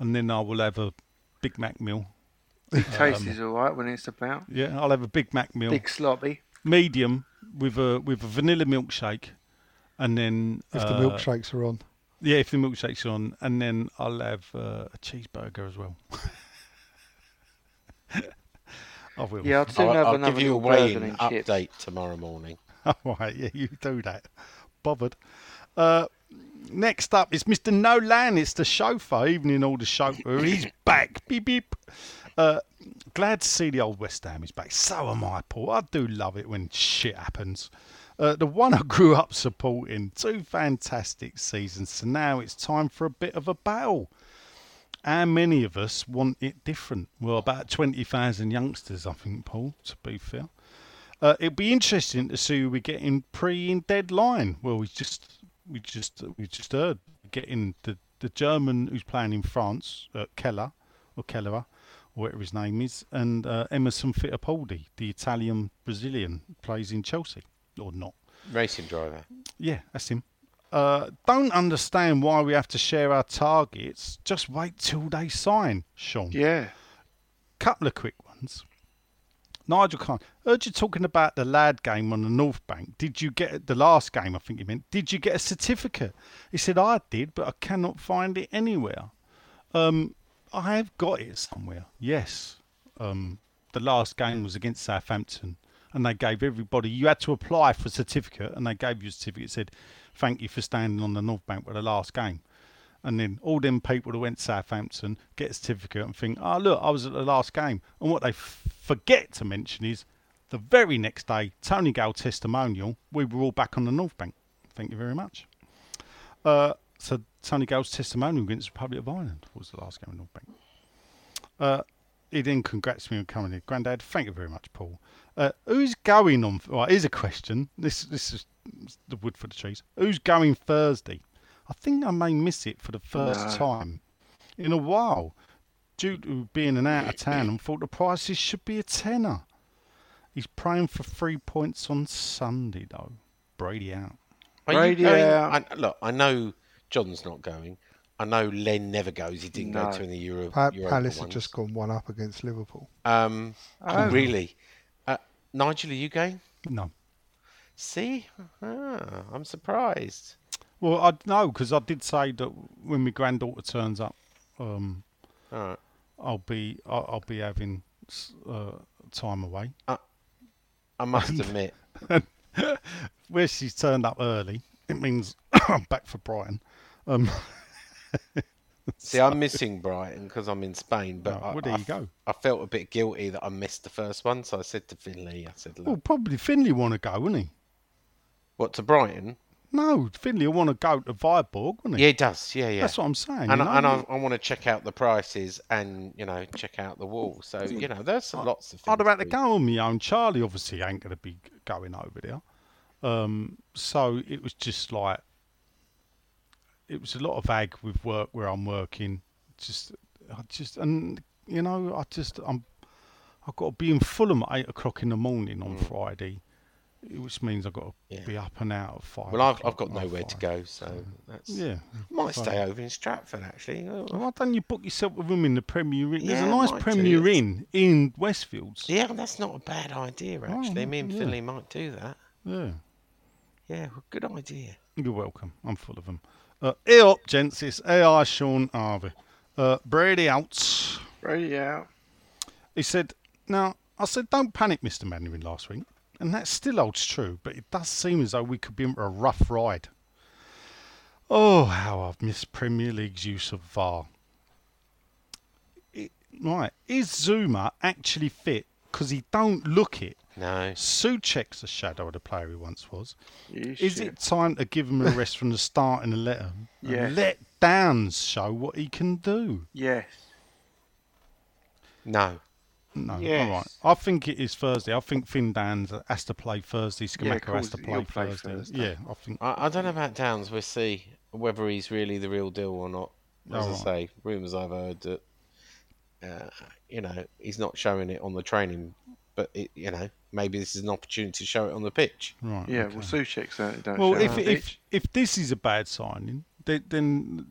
Speaker 3: and then I will have a Big Mac meal.
Speaker 5: Taste is alright when it's about.
Speaker 3: Yeah, I'll have a Big Mac meal,
Speaker 5: Big sloppy.
Speaker 3: medium with a with a vanilla milkshake, and then
Speaker 4: If
Speaker 3: uh,
Speaker 4: the milkshakes are on,
Speaker 3: Yeah, if the milkshake's on, and then I'll have uh, a cheeseburger as well. <laughs> I will.
Speaker 5: Yeah, I'd soon
Speaker 2: I'll,
Speaker 5: have
Speaker 2: I'll
Speaker 5: another
Speaker 2: give you a
Speaker 5: little
Speaker 2: weigh-in
Speaker 5: burger and chips.
Speaker 2: update tomorrow morning.
Speaker 3: <laughs> All right, yeah, you do that. Bothered. Uh, next up is Mr. Nolan. It's the chauffeur, evening all the chauffeur. He's back. Beep, beep. Uh, glad to see the old West Ham is back. So am I, Paul. I do love it when shit happens. Uh, the one I grew up supporting. Two fantastic seasons. So now it's time for a bit of a battle. How many of us want it different? Well, about 20,000 youngsters, I think, Paul, to be fair. Uh, it'll be interesting to see who we get in pre and deadline. Well, we just we just we just heard getting the the German who's playing in France, uh, Keller or Kellerer, or whatever his name is, and uh, Emerson Fittipaldi, the Italian Brazilian, plays in Chelsea or not.
Speaker 2: Racing driver.
Speaker 3: Yeah, that's him. Uh, don't understand why we have to share our targets. Just wait till they sign, Sean
Speaker 5: Yeah.
Speaker 3: couple of quick ones. Nigel Khan, heard you talking about the lad game on the North Bank. Did you get the last game? I think you meant. Did you get a certificate? He said I did, but I cannot find it anywhere. Um, I have got it somewhere. Yes. Um, the last game was against Southampton, and they gave everybody. You had to apply for a certificate, and they gave you a certificate. Said, "Thank you for standing on the North Bank for the last game." and then all them people that went to Southampton get a certificate and think, oh, look, I was at the last game. And what they f- forget to mention is the very next day, Tony Gale testimonial, we were all back on the North Bank. Thank you very much. Uh, so Tony Gale's testimonial against the Republic of Ireland was the last game in North Bank. Uh, he then congrats me on coming here. Grandad, thank you very much, Paul. Uh, who's going on? Right, here's a question. This this is the wood for the trees. Who's going Thursday? I think I may miss it for the first
Speaker 5: No.
Speaker 3: time in a while due to being an out of town and thought the prices should be a tenner. He's praying for three points on Sunday, though. Brady out.
Speaker 2: Are
Speaker 5: Brady
Speaker 2: you going?
Speaker 5: out.
Speaker 2: I, look, I know John's not going. I know Len never goes. He didn't
Speaker 5: No.
Speaker 2: go to any Euro.
Speaker 4: pa-
Speaker 2: Europa
Speaker 4: Palace have
Speaker 2: ones.
Speaker 4: just gone one up against Liverpool.
Speaker 2: Um,
Speaker 5: Oh.
Speaker 2: Really, uh, Nigel, are you going?
Speaker 3: No.
Speaker 2: See, ah, I'm surprised.
Speaker 3: Well, I know because I did say that when my granddaughter turns up, um,
Speaker 2: All right.
Speaker 3: I'll be I'll, I'll be having s- uh, time away.
Speaker 2: I must admit,
Speaker 3: Where she's turned up early, it means <coughs> I'm back for Brighton. Um,
Speaker 2: see, I'm missing Brighton because I'm in Spain. But
Speaker 3: Right,
Speaker 2: I,
Speaker 3: well, there
Speaker 2: I
Speaker 3: you
Speaker 2: f-
Speaker 3: go.
Speaker 2: I felt a bit guilty that I missed the first one, so I said to Finley, I said, "Look,
Speaker 3: well, probably Finley want to go, wouldn't he?
Speaker 2: what to Brighton?"
Speaker 3: No, Finley want to go to Viborg, wouldn't he?
Speaker 2: Yeah, he does. Yeah, yeah.
Speaker 3: That's what I'm saying.
Speaker 2: and
Speaker 3: you
Speaker 2: I, and
Speaker 3: know?
Speaker 2: I, I want to check out the prices and you know check out the wall. So you know, there's lots of.
Speaker 3: I'd
Speaker 2: things
Speaker 3: have had to
Speaker 2: we-
Speaker 3: go on my own. Charlie obviously ain't going to be going over there. Um, so it was just like, it was a lot of ag with work where I'm working. Just, I just, and you know, I just, I'm, I've got to be in Fulham at eight o'clock in the morning on Friday which means I've got to
Speaker 2: Mm. Yeah.
Speaker 3: be up and out at five.
Speaker 2: Well, I've, I've
Speaker 3: o'clock
Speaker 2: got
Speaker 3: by
Speaker 2: nowhere to
Speaker 3: five.
Speaker 2: go, so that's.
Speaker 3: Yeah.
Speaker 2: Might stay over in Stratford, actually. Oh,
Speaker 3: Why don't you book yourself a room in the Premier Inn? There's
Speaker 2: Yeah,
Speaker 3: a
Speaker 2: I
Speaker 3: nice
Speaker 2: might do.
Speaker 3: Premier Inn in Westfields.
Speaker 2: Yeah, that's not a bad idea, actually. Me and
Speaker 3: yeah.
Speaker 2: Finley might do that.
Speaker 3: Yeah.
Speaker 2: Yeah, well, good idea.
Speaker 3: You're welcome. I'm full of them. Uh, EOP, gents. It's AI Sean Harvey. Uh, Brady out.
Speaker 5: Right, yeah.
Speaker 3: He said, Now, I said, don't panic, Mr. Mandarin, last week. And that still holds true, but it does seem as though we could be in for a rough ride. Oh, how I've missed Premier League's use of VAR. It, right, is Zuma actually fit? Because he don't look it.
Speaker 2: No.
Speaker 3: Suchek's a shadow of the player he once was.
Speaker 5: You
Speaker 3: Is
Speaker 5: shit.
Speaker 3: it time to give
Speaker 5: <laughs>
Speaker 3: him a rest from the start and let him and
Speaker 5: Yeah.
Speaker 3: let Downs show what he can do?
Speaker 5: Yes.
Speaker 2: No.
Speaker 3: No,
Speaker 5: Yes.
Speaker 3: all right. I think it is Thursday. I think Finn Downs has to play Thursday.
Speaker 5: Yeah, of
Speaker 3: Skamaka has
Speaker 5: course,
Speaker 3: to play
Speaker 5: he'll play
Speaker 3: Thursday.
Speaker 5: Thursday.
Speaker 3: Yeah, I think.
Speaker 2: I, I don't know about Downs. We'll see whether he's really the real deal or not. As
Speaker 3: Alright.
Speaker 2: I say, rumours I've heard that, uh, you know, he's not showing it on the training, but, it, you know, maybe this is an opportunity to show it on the pitch.
Speaker 3: Right.
Speaker 5: Yeah, well, Suchek certainly don't
Speaker 3: Well,
Speaker 5: show
Speaker 3: if
Speaker 5: on the
Speaker 3: if
Speaker 5: pitch.
Speaker 3: if this is a bad signing, then, then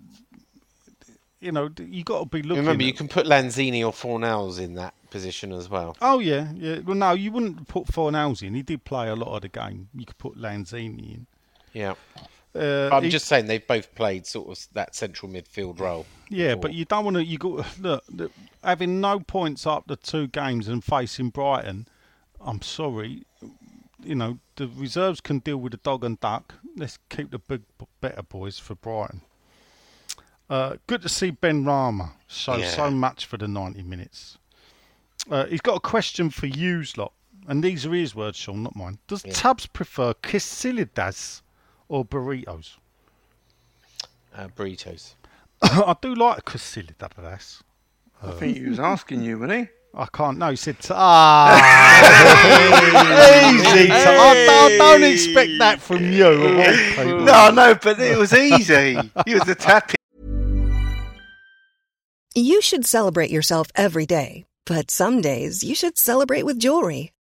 Speaker 3: you know you got to be looking.
Speaker 2: Remember,
Speaker 3: at-
Speaker 2: you can put Lanzini or Fornells in that position as well.
Speaker 3: Oh yeah, yeah. Well, no, you wouldn't put Fornals in. He did play a lot of the game. You could put Lanzini in.
Speaker 2: Yeah.
Speaker 3: Uh,
Speaker 2: I'm
Speaker 3: he-
Speaker 2: just saying they've both played sort of that central midfield role.
Speaker 3: Yeah,
Speaker 2: before.
Speaker 3: but you don't want to. You got <sighs> look, look, having no points after two games and facing Brighton. I'm sorry, you know the reserves can deal with the dog and duck. Let's keep the big b- better boys for Brighton. Uh, good to see Ben Rama. So
Speaker 2: Yeah.
Speaker 3: so much for the 90 minutes. Uh, he's got a question for you, lot, and these are his words, Sean, not mine. Does Tubbs prefer quesilitas or burritos? <coughs>
Speaker 2: Uh, burritos.
Speaker 3: I do like quesilitas.
Speaker 5: I think <laughs> he was asking you, wasn't
Speaker 3: I can't. No, he said. t- Ah, easy. t- I, I don't expect that from you. of all
Speaker 5: he?
Speaker 3: people.
Speaker 5: No, no, but it was easy. he was a tap
Speaker 6: You should celebrate yourself every day, but some days you should celebrate with jewelry.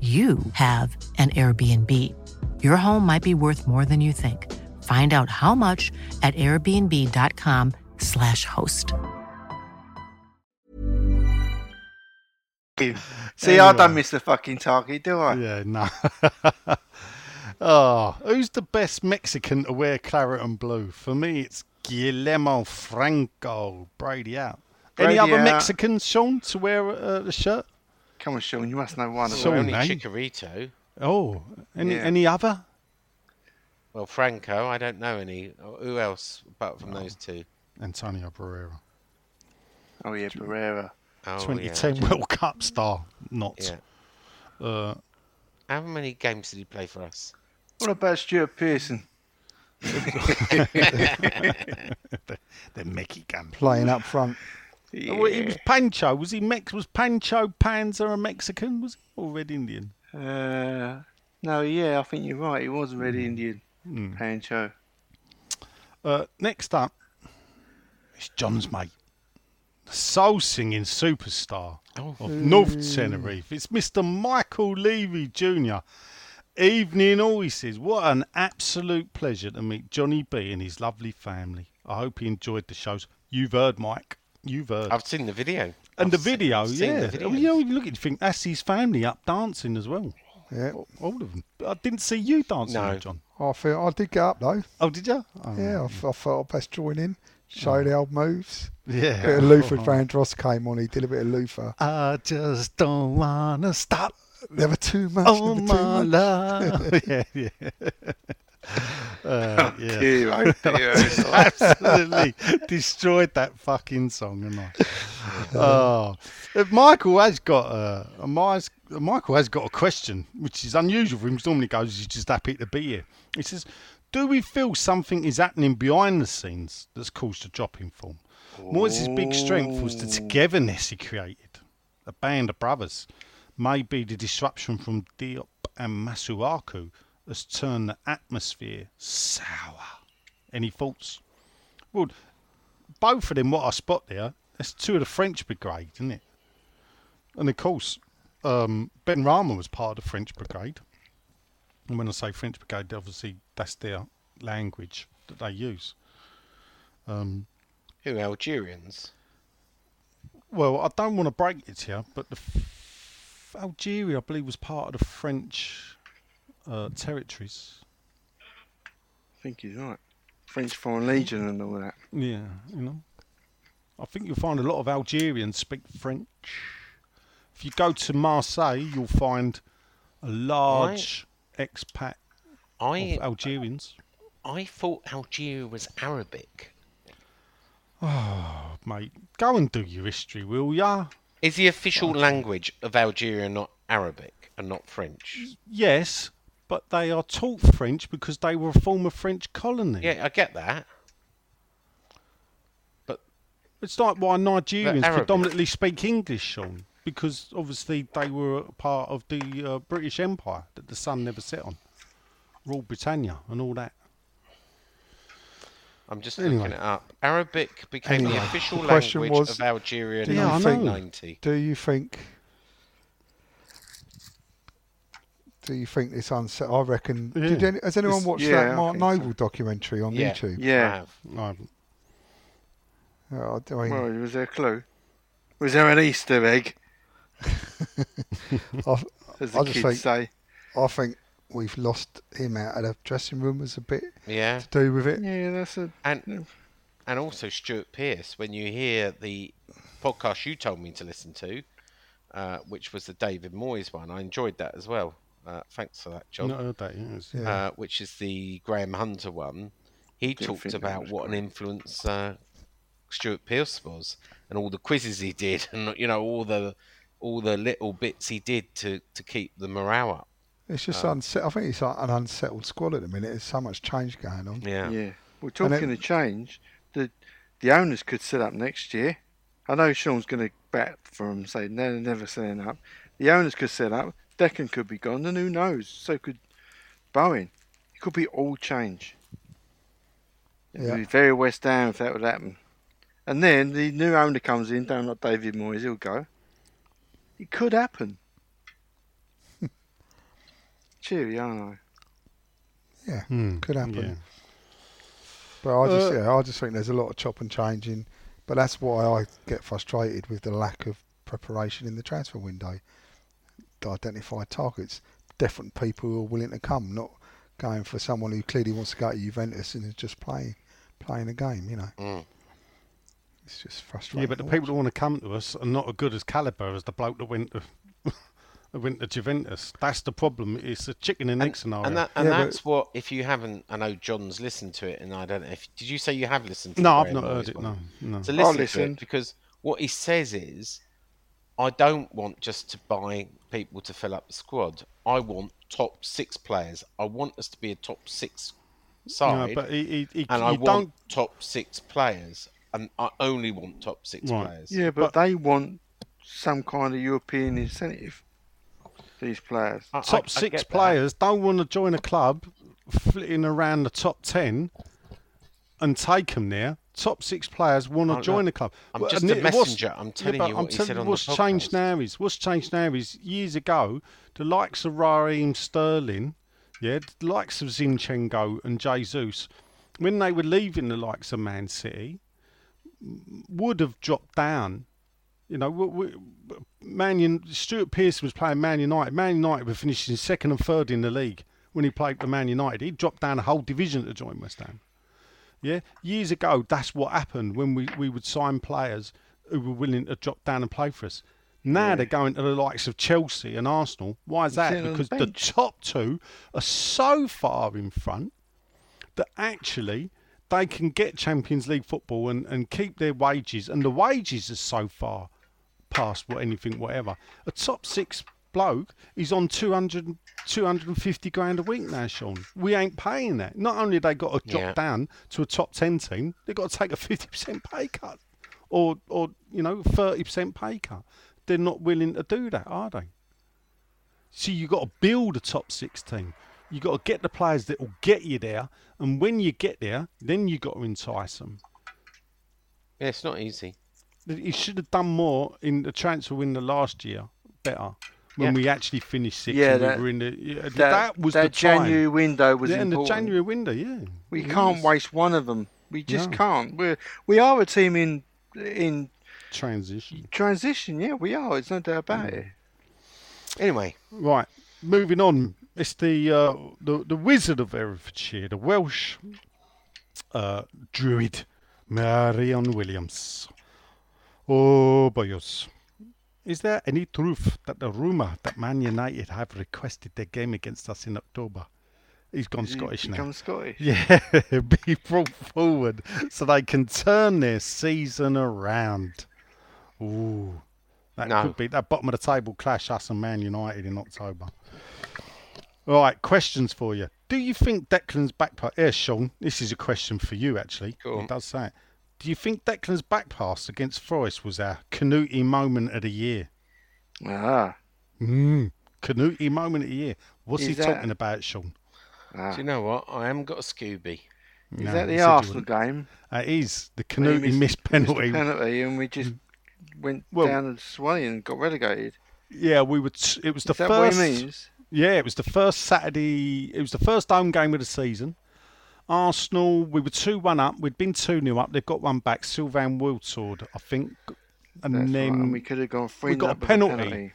Speaker 7: you have an Airbnb. Your home might be worth more than you think. Find out how much at airbnb.com/slash host.
Speaker 5: in. See, I don't miss the fucking target, do I?
Speaker 3: Yeah, <laughs> no. oh, who's the best Mexican to wear claret and blue? For me, it's Guillermo Franco. Brady out. Any
Speaker 5: Brady
Speaker 3: other
Speaker 5: out.
Speaker 3: Mexicans, Sean, to wear uh, the shirt?
Speaker 5: Come on, Sean, you must know one of
Speaker 3: So-
Speaker 5: them.
Speaker 2: only
Speaker 3: name.
Speaker 2: Chicharito.
Speaker 3: Oh, any
Speaker 5: Yeah.
Speaker 3: any other?
Speaker 2: Well, Franco, I don't know any. Who else apart from those two?
Speaker 3: Antonio Pereira,
Speaker 5: Oh, yeah, Pereira.
Speaker 2: Oh, yeah.
Speaker 3: 2010 World Cup star. Not.
Speaker 2: Yeah.
Speaker 3: Uh,
Speaker 2: How many games did he play for us?
Speaker 5: What about Stuart Pearson?
Speaker 3: the Mexican.
Speaker 4: <laughs> Playing up front.
Speaker 5: Yeah.
Speaker 3: Oh, well, He was Pancho. Was he Mex? Was Pancho Panzer a Mexican? Was he or Red Indian?
Speaker 5: Uh, no, yeah, I think you're right. He was a Red Indian, Pancho.
Speaker 3: Uh, next up, It's John's mate. The soul singing superstar
Speaker 2: Oh.
Speaker 3: of North Tenerife. It's Mr. Michael Levy Jr. Evening all, he says. What an absolute pleasure to meet Johnny B and his lovely family. I hope he enjoyed the shows. You've heard, Mike. You've heard.
Speaker 2: I've seen the video.
Speaker 3: Uh, and the
Speaker 2: I've seen-
Speaker 3: video,
Speaker 2: seen
Speaker 3: yeah.
Speaker 2: the video.
Speaker 3: I mean, you know, you look at it, you think that's his family up dancing as well.
Speaker 4: Yeah.
Speaker 3: All all of them. I didn't see you dancing,
Speaker 2: No.
Speaker 3: John.
Speaker 4: I feel I did get up though.
Speaker 3: Oh, did you? Oh,
Speaker 4: Yeah, I, f- I thought I'd best join in, show the old moves.
Speaker 3: Yeah.
Speaker 4: bit of
Speaker 3: <laughs>
Speaker 4: Luther Van Dross came on. He did a bit of Luther.
Speaker 3: I just don't wanna stop.
Speaker 4: Never too much.
Speaker 3: Oh
Speaker 4: never too
Speaker 3: my
Speaker 4: much.
Speaker 3: love. <laughs> yeah, yeah. Uh, yeah.
Speaker 5: Hero, hero.
Speaker 3: <laughs> Absolutely destroyed that fucking song, and I. Oh, Uh, Michael has got a, a Miles- Michael has got a question, which is unusual for him. 'cause Normally goes, he's just happy to be here. He says, "Do we feel something is happening behind the scenes that's caused a drop in form? Moyes' big strength was the togetherness he created, a band of brothers. Maybe the disruption from Diop and Masuaku has turned the atmosphere sour. Any thoughts? Well, both of them, what I spot there, that's two of the French brigade, isn't it? And of course, um, Ben Rama was part of the French brigade. And when I say French brigade, obviously that's their language that they use.
Speaker 2: Who Algerians?
Speaker 3: Well, I don't want to break it here, but the f- Algeria, I believe, was part of the French uh, territories.
Speaker 5: I think he's right. French Foreign Legion and all that.
Speaker 3: Yeah, you know. I think you'll find a lot of Algerians speak French. If you go to Marseille, you'll find a large expat
Speaker 2: I
Speaker 3: of
Speaker 2: uh,
Speaker 3: Algerians.
Speaker 2: I thought Algeria was Arabic.
Speaker 3: Oh, mate, go and do your history, will ya?
Speaker 2: Is the official language of Algeria not Arabic and not French?
Speaker 3: Yes, but they are taught French because they were a former French colony.
Speaker 2: Yeah, I get that.
Speaker 3: It's like why Nigerians
Speaker 2: Arabic.
Speaker 3: predominantly speak English, Sean, because obviously they were a part of the uh, British Empire that the sun never set on, Royal Britannia and all that.
Speaker 2: I'm just
Speaker 3: Anyway.
Speaker 2: looking it up. Arabic became
Speaker 4: Anyway,
Speaker 2: the official
Speaker 4: the question
Speaker 2: language
Speaker 4: was-
Speaker 2: of Algeria in
Speaker 3: Yeah, I know.
Speaker 2: 1990.
Speaker 4: Do you think? Do you think this unset? I reckon. Did
Speaker 3: Yeah.
Speaker 4: any, has anyone
Speaker 3: It's-
Speaker 4: watched
Speaker 5: yeah, I
Speaker 4: that Mark
Speaker 5: think so.
Speaker 4: Noble documentary on
Speaker 2: Yeah.
Speaker 4: YouTube?
Speaker 2: I
Speaker 5: Yeah.
Speaker 2: have.
Speaker 3: I,
Speaker 4: Uh, I mean,
Speaker 5: Well, was there a clue? Was there an Easter egg,
Speaker 4: I,
Speaker 5: as the
Speaker 4: I just
Speaker 5: kids
Speaker 4: think
Speaker 5: say?
Speaker 4: I think we've lost him out of the dressing room. Was a bit
Speaker 2: Yeah.
Speaker 4: to do with it.
Speaker 5: Yeah, that's a.
Speaker 2: And and also Stuart Pearce, when you hear the podcast you told me to listen to, uh, which was the David Moyes one, I enjoyed that as well. Uh, thanks for that, John.
Speaker 3: not heard that. yet, is it?
Speaker 2: Uh, which is the Graham Hunter one. He
Speaker 5: think
Speaker 2: talked
Speaker 5: that
Speaker 2: about
Speaker 5: was
Speaker 2: what an influence uh, Stuart Pearce was, and all the quizzes he did, <laughs> and you know all the all the little bits he did to to keep the morale up.
Speaker 4: It's just unset. I think it's like an unsettled squad at the minute. There's so much change going on.
Speaker 2: Yeah.
Speaker 5: Yeah. We're
Speaker 4: And
Speaker 5: talking
Speaker 4: it-
Speaker 5: of change. The the owners could set up next year. I know Sean's going to bat for him, say no, they're never setting up. The owners could set up. Deccan could be gone, and who knows? So could Boeing. It could be all change. It would
Speaker 4: Yeah.
Speaker 5: be very West Ham if that would happen. And then the new owner comes in, don't like David Moyes, he'll go. It
Speaker 4: <laughs>
Speaker 5: could happen. Cheery, aren't I?
Speaker 4: Yeah,
Speaker 3: Hmm,
Speaker 4: could happen.
Speaker 3: yeah. Uh,
Speaker 4: But I just, yeah, I just think there's a lot of chop and changing. But that's why I get frustrated with the lack of preparation in the transfer window. To identify targets, different people who are willing to come, not going for someone who clearly wants to go to Juventus and is just playing, playing a game. You know, it's just frustrating.
Speaker 3: Yeah, but the
Speaker 4: to
Speaker 3: people
Speaker 4: watch.
Speaker 3: that want to come to us are not as good as caliber as the bloke that went to, <laughs> that went to Juventus. That's the problem. It's a chicken and egg scenario.
Speaker 2: And, that, and
Speaker 4: Yeah, but-
Speaker 2: that's what, if you haven't, I know John's listened to it, and I don't know if, did you say you have listened to
Speaker 3: no,
Speaker 2: the
Speaker 3: I've
Speaker 2: Graham
Speaker 3: not heard
Speaker 2: Moyes
Speaker 3: it. No,
Speaker 2: one?
Speaker 3: no.
Speaker 2: So
Speaker 5: I
Speaker 2: listen to it
Speaker 5: listened.
Speaker 2: because what he says is, I don't want just to buy people to fill up the squad. I want top six players. I want us to be a top six side,
Speaker 3: No, but he, he, he,
Speaker 2: and
Speaker 3: you
Speaker 2: I
Speaker 3: don't.
Speaker 2: want top six players, and I only want top six
Speaker 3: Right.
Speaker 2: players.
Speaker 5: Yeah, but, they want some kind of European incentive. These players.
Speaker 2: I- I-
Speaker 3: top
Speaker 2: I get
Speaker 3: six
Speaker 2: that.
Speaker 3: players don't want to join a club flitting around the top ten and take them there top six players want
Speaker 2: I
Speaker 3: to
Speaker 2: don't
Speaker 3: join
Speaker 2: know.
Speaker 3: the club.
Speaker 2: I'm
Speaker 3: Well,
Speaker 2: just
Speaker 3: and
Speaker 2: a
Speaker 3: it was-
Speaker 2: messenger. I'm
Speaker 3: yeah,
Speaker 2: telling
Speaker 3: but
Speaker 2: you
Speaker 3: I'm
Speaker 2: what he
Speaker 3: telling
Speaker 2: said
Speaker 3: you
Speaker 2: on the
Speaker 3: what's changed
Speaker 2: podcast.
Speaker 3: now is what's changed now is years ago the likes of Raheem Sterling, yeah, the likes of Zinchenko and Jesus, when they were leaving the likes of Man City, m- would have dropped down. You know, we, we, Man Un- Stuart Pearson was playing Man United. Man United were finishing second and third in the league when he played for Man United. He dropped down a whole division to join West Ham. Yeah, years ago, that's what happened when we, we would sign players who were willing to drop down and play for us. Now they're going to the likes of Chelsea and Arsenal. Why is that?
Speaker 5: sitting on the
Speaker 3: Because the
Speaker 5: bench.
Speaker 3: top two are so far in front that actually they can get Champions League football and, and keep their wages. And the wages are so far past what anything, whatever. A top six bloke is on 200, 250 grand a week now, Sean. We ain't paying that. Not only they got to drop
Speaker 2: Yeah.
Speaker 3: down to a top 10 team, they've got to take a 50% pay cut or, or you know, 30% pay cut. They're not willing to do that, are they? See, you've got to build a top six team. You've got to get the players that will get you there. And when you get there, then you've got to entice them.
Speaker 2: Yeah, it's not easy.
Speaker 3: He should have done more in the transfer window last year, better, when
Speaker 2: Yeah.
Speaker 3: we actually finished sixth
Speaker 5: Yeah,
Speaker 3: and
Speaker 5: that-
Speaker 3: we were in the. Yeah, that, was
Speaker 5: that
Speaker 3: the
Speaker 5: January
Speaker 3: time.
Speaker 5: window was
Speaker 3: yeah, and the
Speaker 5: important.
Speaker 3: January window, yeah.
Speaker 5: We
Speaker 3: It
Speaker 5: can't
Speaker 3: was
Speaker 5: waste one of them. We just
Speaker 3: No.
Speaker 5: can't. We're we are a team in in
Speaker 3: Transition.
Speaker 5: transition. Yeah, we are. There's no doubt about
Speaker 3: Mm.
Speaker 5: it.
Speaker 2: Anyway,
Speaker 3: Right, moving on. It's the uh, the the Wizard of Herefordshire, the Welsh uh, Druid, Marion Williams. Oh, boyos. Is there any truth that the rumour that Man United have requested their game against us in October? He's gone Scottish now.
Speaker 5: Become Scottish.
Speaker 3: <laughs> Yeah, be brought forward so they can turn their season around. Ooh, that
Speaker 2: No.
Speaker 3: could be that bottom of the table clash us and Man United in October. All right, questions for you. Do you think Declan's back pass? Yeah, Sean, this is a question for you actually.
Speaker 2: Go on.
Speaker 3: It does say it. Do you think Declan's back pass against Forest was our Canuti moment of the year?
Speaker 5: Ah,
Speaker 3: Mm. Canuti moment of the year. What's
Speaker 5: Is
Speaker 3: he
Speaker 5: that-
Speaker 3: talking about, Sean?
Speaker 5: ah.
Speaker 2: do you know what? I haven't got a Scooby.
Speaker 5: Is
Speaker 3: No,
Speaker 5: that
Speaker 3: he
Speaker 5: the
Speaker 3: said you
Speaker 5: Arsenal
Speaker 3: wouldn't.
Speaker 5: game?
Speaker 3: That is the
Speaker 5: Where he
Speaker 3: Canuti missed penalty. Mm.
Speaker 5: missed the penalty, and we just went
Speaker 3: Well-
Speaker 5: down and sway and got relegated.
Speaker 3: Yeah, we were. T- it was the
Speaker 5: Is that
Speaker 3: first.
Speaker 5: what it means?
Speaker 3: Yeah, it was the first Saturday. It was the first home game of the season. Arsenal, we were two one up. We'd been two 0 up. They've got one back. Sylvain Wiltord, I think, and
Speaker 5: That's
Speaker 3: then
Speaker 5: right, and we could have gone three.
Speaker 3: got a
Speaker 5: nil up with
Speaker 3: penalty.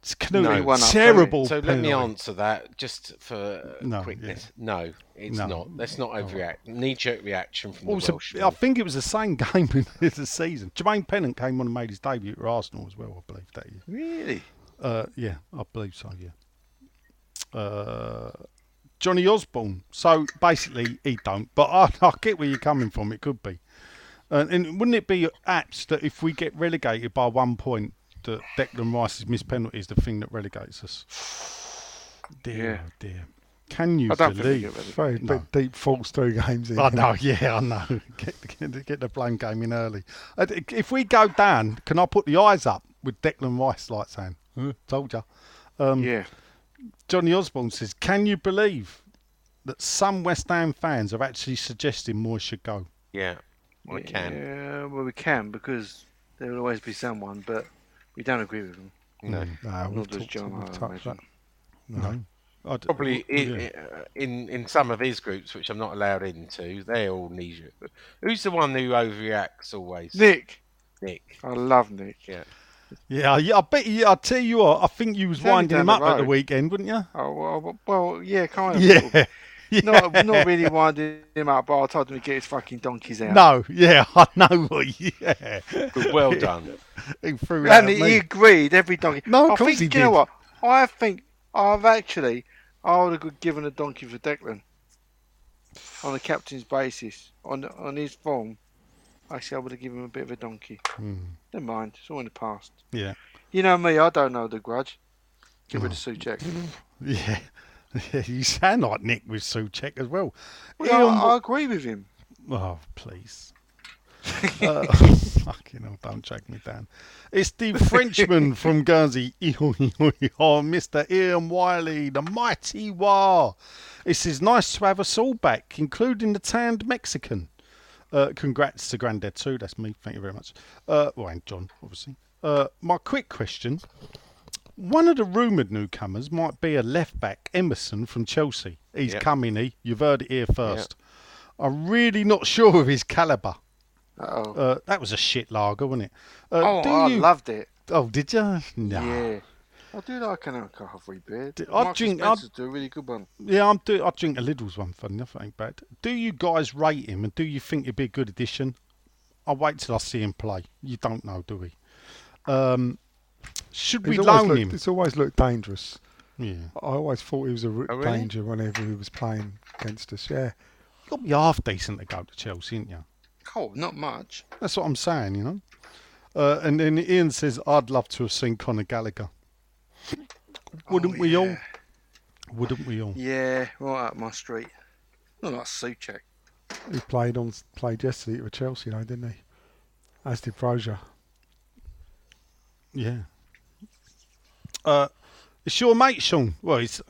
Speaker 3: it's Canuti,
Speaker 2: No.
Speaker 5: 3-1 up,
Speaker 3: terrible.
Speaker 2: So let me
Speaker 3: penalty.
Speaker 2: answer that just for
Speaker 3: No,
Speaker 2: quickness. No, it's
Speaker 3: No.
Speaker 2: not. Let's not overreact. Knee jerk reaction from
Speaker 3: Well, it was
Speaker 2: the
Speaker 3: a-
Speaker 2: Welsh.
Speaker 3: I think it was the same <laughs> game as the season. Jermaine Pennant came on and made his debut for Arsenal as well, I believe that year.
Speaker 5: Really?
Speaker 3: Uh, yeah, I believe so. Yeah. Uh, Johnny Osborne. So basically, he don't. But I, <laughs> I get where you're coming from. It could be. And, and wouldn't it be apt that if we get relegated by one point, that Declan Rice's missed penalty is the thing that relegates us? <sighs> Dear,
Speaker 5: Yeah.
Speaker 3: oh dear. Can you
Speaker 5: I don't think we
Speaker 3: believe?
Speaker 5: get relegated.
Speaker 4: Very
Speaker 3: No.
Speaker 4: big, deep falls through games. Here.
Speaker 3: I know, <laughs> yeah, I know. Get, get, get the blame game in early. I think If we go down, can I put the eyes up with Declan Rice like saying, "Huh, told ya?
Speaker 5: yeah.
Speaker 3: Um, Johnny Osborne says, "Can you believe that some West Ham fans are actually suggesting Moyes should go?"
Speaker 2: yeah, I can.
Speaker 5: Yeah, well, we can because there will always be someone, but we don't agree with them.
Speaker 2: No.
Speaker 4: No,
Speaker 5: Nor
Speaker 4: we've
Speaker 5: does
Speaker 4: talked,
Speaker 5: John.
Speaker 4: we've
Speaker 5: I
Speaker 4: touched
Speaker 5: imagine.
Speaker 4: that. No.
Speaker 3: I d-
Speaker 2: Probably i
Speaker 3: yeah.
Speaker 2: uh in in some of his groups, which I'm not allowed into, they all knee jerk. Who's the one who overreacts always?
Speaker 5: Nick,
Speaker 2: Nick.
Speaker 5: I love Nick.
Speaker 2: Yeah.
Speaker 3: yeah, I- I bet you. I tell you what, I think you was
Speaker 5: He's only
Speaker 3: winding
Speaker 5: down
Speaker 3: him
Speaker 5: the
Speaker 3: up at the
Speaker 5: road.
Speaker 3: weekend, wouldn't you?
Speaker 5: Oh well, well, yeah, kind of.
Speaker 3: Yeah. <laughs>
Speaker 5: Not, not really winding him up, but I told him to get his fucking donkeys out.
Speaker 3: No, yeah, <laughs> I know what. <laughs> Yeah,
Speaker 2: Good, Well done.
Speaker 3: he threw it at
Speaker 5: and he
Speaker 3: me.
Speaker 5: agreed every donkey.
Speaker 3: No, of
Speaker 5: I
Speaker 3: course
Speaker 5: think,
Speaker 3: he
Speaker 5: You know
Speaker 3: did.
Speaker 5: what? I think I've actually I would have given a donkey for Declan on a captain's basis on on his form. Actually, I would have given him a bit of a donkey. Never mind, it's all in the past.
Speaker 3: Hmm. Yeah, Oh.
Speaker 5: You know me, I don't know the grudge. Get rid of Suchek.
Speaker 3: yeah. <laughs> you sound like Nick with Suchek as well.
Speaker 5: Well,
Speaker 3: Ian
Speaker 5: I, I agree with him.
Speaker 3: Oh, please. uh, <laughs> fucking hell, don't drag me down. It's the Frenchman from Guernsey, <laughs> oh, Mr. Ian Wiley, the mighty war. It says, nice to have us all back, including the tanned Mexican. Uh, congrats to Grandad too. That's me. Thank you very much. Uh, well, and John, obviously. Uh, my quick question: One of the rumoured newcomers might be a left back, Emerson from Chelsea. He's
Speaker 2: Yep.
Speaker 3: coming. He, you've heard it here first. I'm really not sure of his calibre.
Speaker 5: Oh,
Speaker 3: Uh, that was a shit lager, wasn't it? Uh,
Speaker 5: oh
Speaker 3: do
Speaker 5: I
Speaker 3: you-
Speaker 5: loved it.
Speaker 3: Oh, did you? No.
Speaker 5: Yeah. I do like an alcohol-free beer.
Speaker 3: D- I
Speaker 5: Marks and
Speaker 3: drink- I-
Speaker 5: Spencer's do a really good one.
Speaker 3: Yeah, I'm do. I drink a Lidl's one for nothing bad. Do you guys rate him, and do you think he'd be a good addition? I'll wait till I see him play. You don't know, do we? Um, should we
Speaker 4: He's always
Speaker 3: loan
Speaker 4: looked-
Speaker 3: him?
Speaker 4: It's always looked dangerous.
Speaker 3: Yeah,
Speaker 4: I always thought he was a r-
Speaker 2: Oh, really?
Speaker 4: danger whenever he was playing against us. Yeah,
Speaker 3: you got to be half decent to go to Chelsea, ain't you?
Speaker 5: Oh, not much.
Speaker 3: That's what I'm saying, you know. Uh, and then Ian says, "I'd love to have seen Conor Gallagher." Wouldn't we all?
Speaker 5: Oh, yeah.
Speaker 3: Wouldn't we all?
Speaker 5: Yeah, right up my street. Not like Suchek.
Speaker 4: he played on played yesterday with Chelsea, though, didn't he? As did Brozier.
Speaker 3: Yeah. Uh, it's your mate, Sean. Well, it's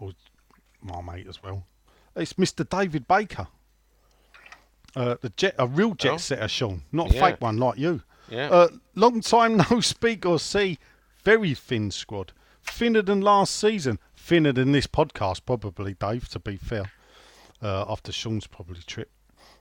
Speaker 3: or my mate as well. It's Mr. David Baker. Uh, the jet, a real jet
Speaker 2: Oh.
Speaker 3: setter, Sean, not a
Speaker 2: Yeah.
Speaker 3: fake one like you.
Speaker 2: Yeah.
Speaker 3: Uh, long time no <laughs> speak or see. Very thin squad. Thinner than last season. Thinner than this podcast, probably, Dave. To be fair, uh, after Sean's probably trip.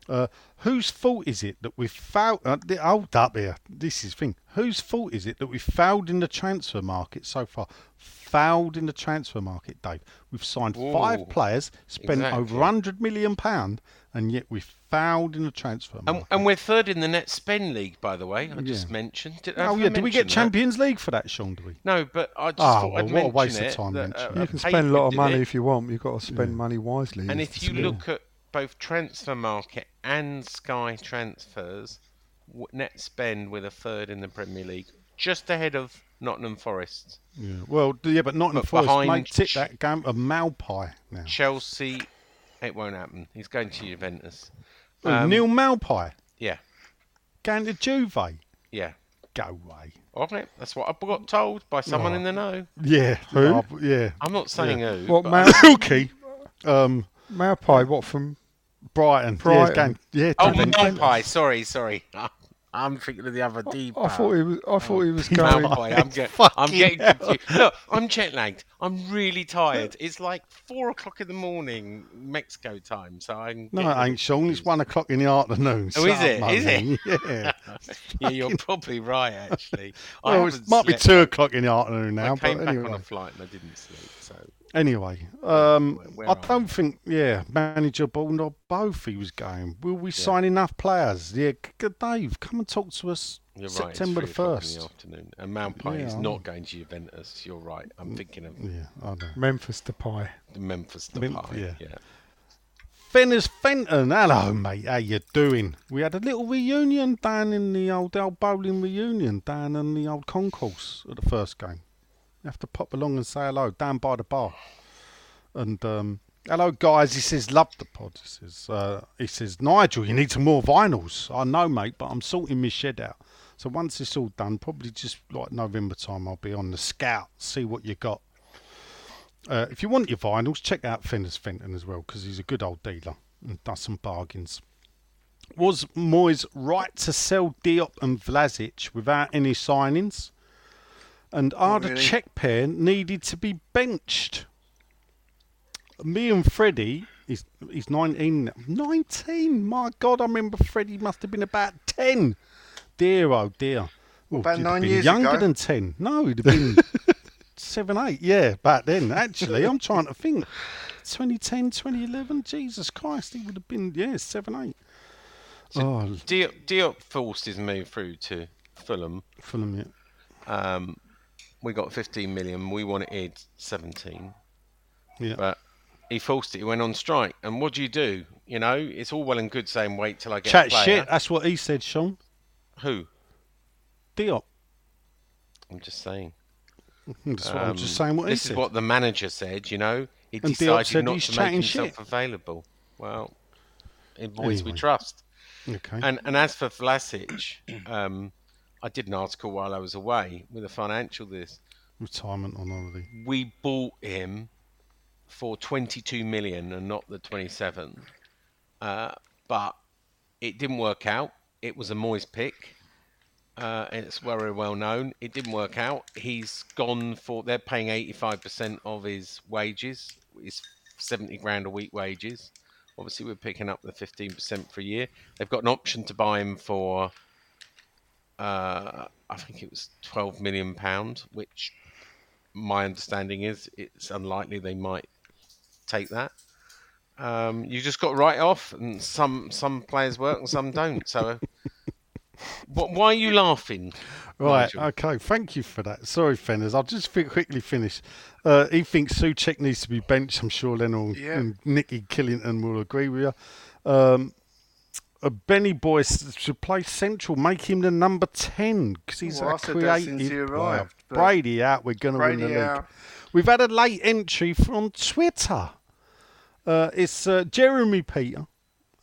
Speaker 3: Uh, whose fault is it that we failed? Uh, th- hold up here. This is the thing. Whose fault is it that we failed in the transfer market so far? Failed in the transfer market, Dave. We've signed
Speaker 2: Ooh,
Speaker 3: five players, spent
Speaker 2: exactly.
Speaker 3: over hundred million pound, and yet we failed in the transfer
Speaker 2: And,
Speaker 3: market.
Speaker 2: and we're third in the net spend league, by the way. I just mentioned. Did,
Speaker 3: oh
Speaker 2: have I
Speaker 3: yeah, did we get
Speaker 2: mentioned that?
Speaker 3: Champions League for that, Sean? Do we?
Speaker 2: No, but I just
Speaker 3: Oh,
Speaker 2: thought I'd
Speaker 3: well, what a
Speaker 2: mention
Speaker 3: waste of
Speaker 2: it,
Speaker 3: time
Speaker 2: that,
Speaker 3: mentioning
Speaker 2: uh,
Speaker 3: it.
Speaker 4: You
Speaker 3: I
Speaker 4: can
Speaker 2: paid
Speaker 4: spend a lot
Speaker 2: for
Speaker 4: of
Speaker 2: it.
Speaker 4: money if you want. You've got to spend money wisely.
Speaker 2: And
Speaker 4: is
Speaker 2: if
Speaker 4: the
Speaker 2: you
Speaker 4: thing.
Speaker 2: look at both transfer market and Sky transfers, w- net spend with a third in the Premier League, just ahead of Nottingham Forest,
Speaker 3: Yeah. Well, d- yeah, but not in
Speaker 2: But
Speaker 3: Forest.
Speaker 2: behind
Speaker 3: Mate, tip
Speaker 2: Ch-
Speaker 3: that game of Malpai now.
Speaker 2: Chelsea. It won't happen. He's going to Juventus. um,
Speaker 3: Oh, Neil Malpai
Speaker 2: Yeah,
Speaker 3: going to Juve.
Speaker 2: yeah.
Speaker 3: Go away.
Speaker 2: All right, that's what I got told by someone in the know.
Speaker 3: Yeah. Who? yeah.
Speaker 2: I'm not saying who.
Speaker 4: what
Speaker 2: but
Speaker 4: Mal-
Speaker 3: Milky. Um,
Speaker 4: Maupai, what from?
Speaker 3: Brighton. Yeah,
Speaker 4: Brighton.
Speaker 3: game- Yeah,
Speaker 2: Oh,
Speaker 3: Juventus.
Speaker 2: Magpie. Sorry, sorry. <laughs> I'm thinking of the other D.
Speaker 4: I thought he was. I thought he was going.
Speaker 2: Magpie. I'm,
Speaker 3: <laughs>
Speaker 2: get, I'm getting confused. Look, I'm jet lagged. I'm really tired. It's like four o'clock in the morning Mexico time, so I'm.
Speaker 3: No,
Speaker 2: getting
Speaker 3: it ain't, Sean. It's one o'clock in the afternoon.
Speaker 2: Oh, is it? Is
Speaker 3: it?
Speaker 4: <laughs>
Speaker 3: Yeah.
Speaker 2: <laughs> Yeah, you're probably right.
Speaker 3: <laughs>
Speaker 2: Actually, I
Speaker 3: well,
Speaker 2: haven't
Speaker 3: it might be
Speaker 2: slept.
Speaker 3: two o'clock in the afternoon now.
Speaker 2: I came
Speaker 3: but
Speaker 2: back
Speaker 3: anyway.
Speaker 2: on a flight and I didn't sleep. So
Speaker 3: Anyway, um,
Speaker 2: Where- where
Speaker 3: I
Speaker 2: are
Speaker 3: don't think, yeah, manageable or both he was going. Will we sign enough players? Yeah, c- c- Dave, come and talk to us
Speaker 2: you're right. it's
Speaker 3: September the
Speaker 2: three o'clock in the
Speaker 3: 1st.
Speaker 2: afternoon, and Magpie is
Speaker 3: Yeah. Mm,
Speaker 2: not going to Juventus. You're right. I'm thinking of
Speaker 3: Yeah, I know.
Speaker 4: Memphis Depay.
Speaker 2: Memphis.
Speaker 3: Mem-
Speaker 2: Depay.
Speaker 3: yeah.
Speaker 2: yeah.
Speaker 3: Fenner's Fenton, hello mate, how you doing? We had a little reunion down in the old old bowling reunion down in the old concourse at the first game. You have to pop along and say hello down by the bar. And um, hello guys, he says love the pod. He says uh, he says Nigel, you need some more vinyls. I know mate, but I'm sorting my shed out. So once it's all done, probably just like November time, I'll be on the scout, see what you got. Uh, if you want your vinyls, check out Fenner's Fenton as well because he's a good old dealer and does some bargains. Was Moyes right to sell Diop and Vlasic without any signings? And are the
Speaker 5: really.
Speaker 3: Czech pair needed to be benched? Me and Freddie, he's, he's 19. now. 19? My God, I remember Freddie must have been about 10. Dear, oh dear. Well,
Speaker 5: About
Speaker 3: he'd have
Speaker 5: nine
Speaker 3: been
Speaker 5: years
Speaker 3: er younger
Speaker 5: ago.
Speaker 3: than 10. No, er he'd have been <laughs> seven, eight. Yeah, back then, actually. I'm trying to think. 2010, 2011. Jesus Christ, he would have been, yeah, seven, eight. oh,
Speaker 2: Diop, Diop forced his move through to Fulham.
Speaker 3: Fulham, yeah.
Speaker 2: Um, we got 15 million. We wanted 17,
Speaker 3: Yeah.
Speaker 2: but he forced it. He went on strike. And what do you do? You know, it's all well and good saying wait till I get a
Speaker 3: Chat
Speaker 2: player.
Speaker 3: shit. That's what he said, Sean. er
Speaker 2: Who?
Speaker 3: Diop.
Speaker 2: I'm just saying.
Speaker 3: That's what er I'm
Speaker 2: Um,
Speaker 3: just saying. What he
Speaker 2: this
Speaker 3: said.
Speaker 2: is what the manager said. You know, he
Speaker 3: And Diop
Speaker 2: decided
Speaker 3: said
Speaker 2: not
Speaker 3: he's
Speaker 2: to make
Speaker 3: chatting
Speaker 2: himself
Speaker 3: shit.
Speaker 2: available. Well, in boys we
Speaker 3: Anyway.
Speaker 2: trust.
Speaker 3: okay.
Speaker 2: And and as for Vlasic, <coughs> um, I did an article while I was away with a financial this.
Speaker 3: Retirement on holiday.
Speaker 2: we bought him for 22 million and not the 27 uh, but It didn't work out. It was a Moyes pick. Uh, and it's very well known. It didn't work out. He's gone for they're paying eighty five percent of his wages, his seventy grand a week wages. Obviously, we're picking up the fifteen percent for a year. They've got an option to buy him for, uh, I think it was twelve million pound, which my understanding is it's unlikely they might take that. Um, you just got right off, and some some players work and some don't. So, <laughs> what, why are you laughing?
Speaker 3: Right.
Speaker 2: Nigel?
Speaker 3: Okay. Thank you for that. Sorry, Fenners. I'll just fi- quickly finish. Uh, he thinks Suchek needs to be benched. I'm sure Lennell
Speaker 5: Yeah.
Speaker 3: and Nicky Killington will agree with you. Um, uh, Benny Boy s- should play central. Make him the number ten because he's
Speaker 5: Well, I
Speaker 3: a
Speaker 5: said that since he
Speaker 3: creative.
Speaker 5: arrived, but-
Speaker 3: Brady out. We're going to win the
Speaker 5: Brady
Speaker 3: league.
Speaker 5: out.
Speaker 3: We've had a late entry from Twitter. Uh, it's uh, Jeremy Peter,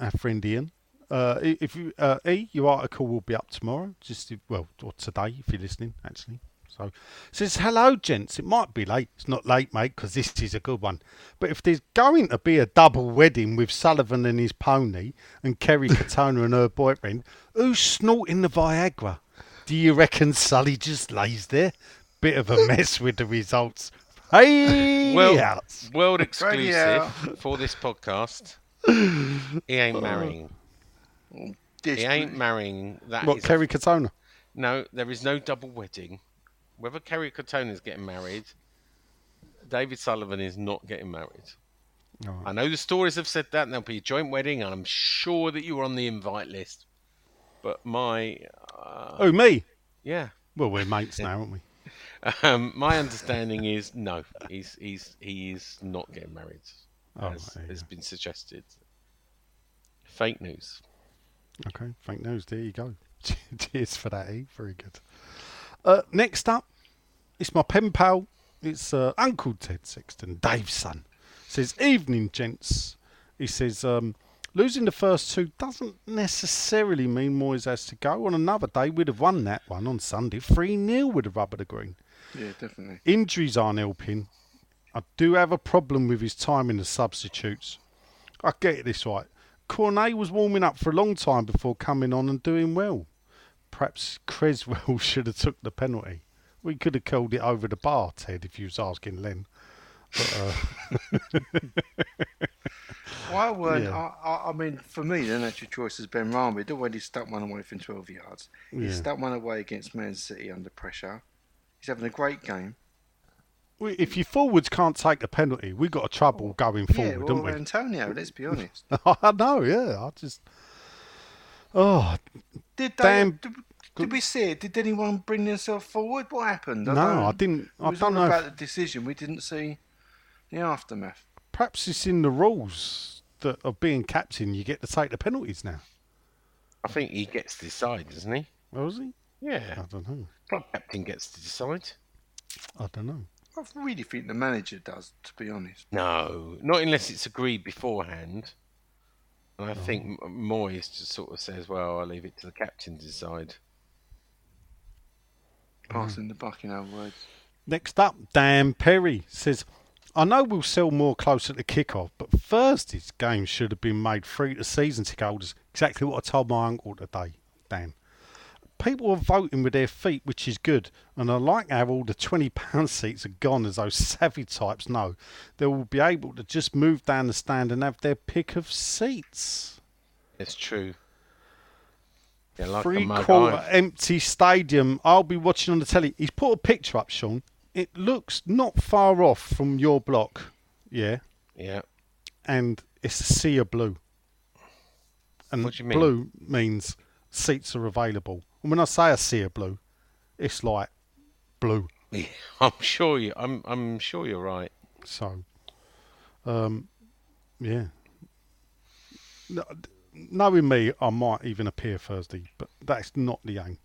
Speaker 3: our friend Ian. Uh, i- if you, uh, E, your article will be up tomorrow. Just if- well, or today if you're listening, actually. So it says hello, gents. It might be late. It's not late, mate, because this is a good one. But if there's going to be a double wedding with Sullivan and his pony and Kerry Katona and her boyfriend, who's snorting the Viagra? Do you reckon Sully just lays there? Bit of a mess with the results. Hey,
Speaker 2: Well,
Speaker 3: outs.
Speaker 2: world
Speaker 5: yeah.
Speaker 2: exclusive for this podcast. He ain't marrying.
Speaker 5: Dish-
Speaker 2: He ain't marrying. That
Speaker 3: What,
Speaker 2: is a-
Speaker 3: Kerry Katona?
Speaker 2: no, there is no double wedding. Whether Kerry Cotone is getting married, David Sullivan is not getting married. I know the stories have said that, and there'll be a joint wedding, and I'm sure that you were on the invite list. But my,
Speaker 3: Oh, me?
Speaker 2: yeah,
Speaker 3: Well, we're mates
Speaker 2: <laughs>
Speaker 3: now, aren't we?
Speaker 2: um, my understanding is no, he's he's he is not getting married,
Speaker 3: Oh,
Speaker 2: as
Speaker 3: there you
Speaker 2: has been suggested. Fake news.
Speaker 3: Okay, thank news. There you go. <laughs> Cheers for that, E. Very good. Uh, next up, it's my pen pal. It's uh, Uncle Ted Sexton, Dave's son. Says, Evening, gents. He says, um, Losing the first two doesn't necessarily mean Moyes has to go. On another day, we'd have won that one on Sunday 3 0 with a rub of the green.
Speaker 5: Yeah, definitely.
Speaker 3: Injuries aren't helping. I do have a problem with his time in the substitutes. I get this right. Cornet was warming up for a long time before coming on and doing well. Perhaps Creswell <laughs> should have took the penalty. We could have called it over the bar, Ted, if you was asking Len.
Speaker 5: Why weren't
Speaker 3: Yeah.
Speaker 5: I, I? I mean, for me, the natural choice is Ben Rami. The way he stuck one away from 12 yards, he
Speaker 3: Yeah.
Speaker 5: stuck one away against Man City under pressure. He's having a great game.
Speaker 3: We- If your forwards can't take the penalty, we got a trouble going
Speaker 5: Oh, yeah,
Speaker 3: forward,
Speaker 5: well,
Speaker 3: don't we?
Speaker 5: Antonio. Let's be honest.
Speaker 3: <laughs> I know, yeah. I just. Oh,
Speaker 5: Did they?
Speaker 3: Damn.
Speaker 5: Did, did we see it? Did anyone bring themselves forward? What happened?
Speaker 3: No, I didn't-
Speaker 5: It
Speaker 3: I
Speaker 5: was
Speaker 3: don't know
Speaker 5: all
Speaker 3: if-
Speaker 5: about the decision. We didn't see the aftermath.
Speaker 3: perhaps it's in the rules that of being captain, you get to take the penalties now.
Speaker 2: I think he gets to decide, doesn't he?
Speaker 3: Well, is he?
Speaker 2: Yeah,
Speaker 3: I don't know.
Speaker 2: club captain gets to decide.
Speaker 3: I don't know.
Speaker 5: I really think the manager does, to be honest.
Speaker 2: No, not unless it's agreed beforehand. And I
Speaker 3: Oh.
Speaker 2: think M- Moyes just sort of says, "Well, I'll leave it to the captain to decide."
Speaker 3: Mm-hmm.
Speaker 5: Passing the buck, in other words.
Speaker 3: Next up, Dan Perry says, I know we'll sell more closer to kickoff, but Thursday's game should have been made free to season ticket holders. Exactly what I told my uncle today, Dan. People are voting with their feet, which is good, and I like how all the £20 seats are gone, as those savvy types know. They will be able to just move down the stand and have their pick of seats.
Speaker 2: It's true. Yeah, like a
Speaker 3: Three
Speaker 2: mug,
Speaker 3: quarter
Speaker 2: I-
Speaker 3: empty stadium. I'll be watching on the telly. He's put a picture up, Sean. It looks not far off from your block. Yeah.
Speaker 2: Yeah, <laughs>
Speaker 3: And it's a sea of blue. And
Speaker 2: What do you mean?
Speaker 3: blue means seats are available. And when I say a sea of blue, it's like blue.
Speaker 2: Yeah, I'm sure you. I'm I'm sure you're right.
Speaker 3: So, um, yeah. No- Knowing me, I might even appear Thursday, but that's not the aim.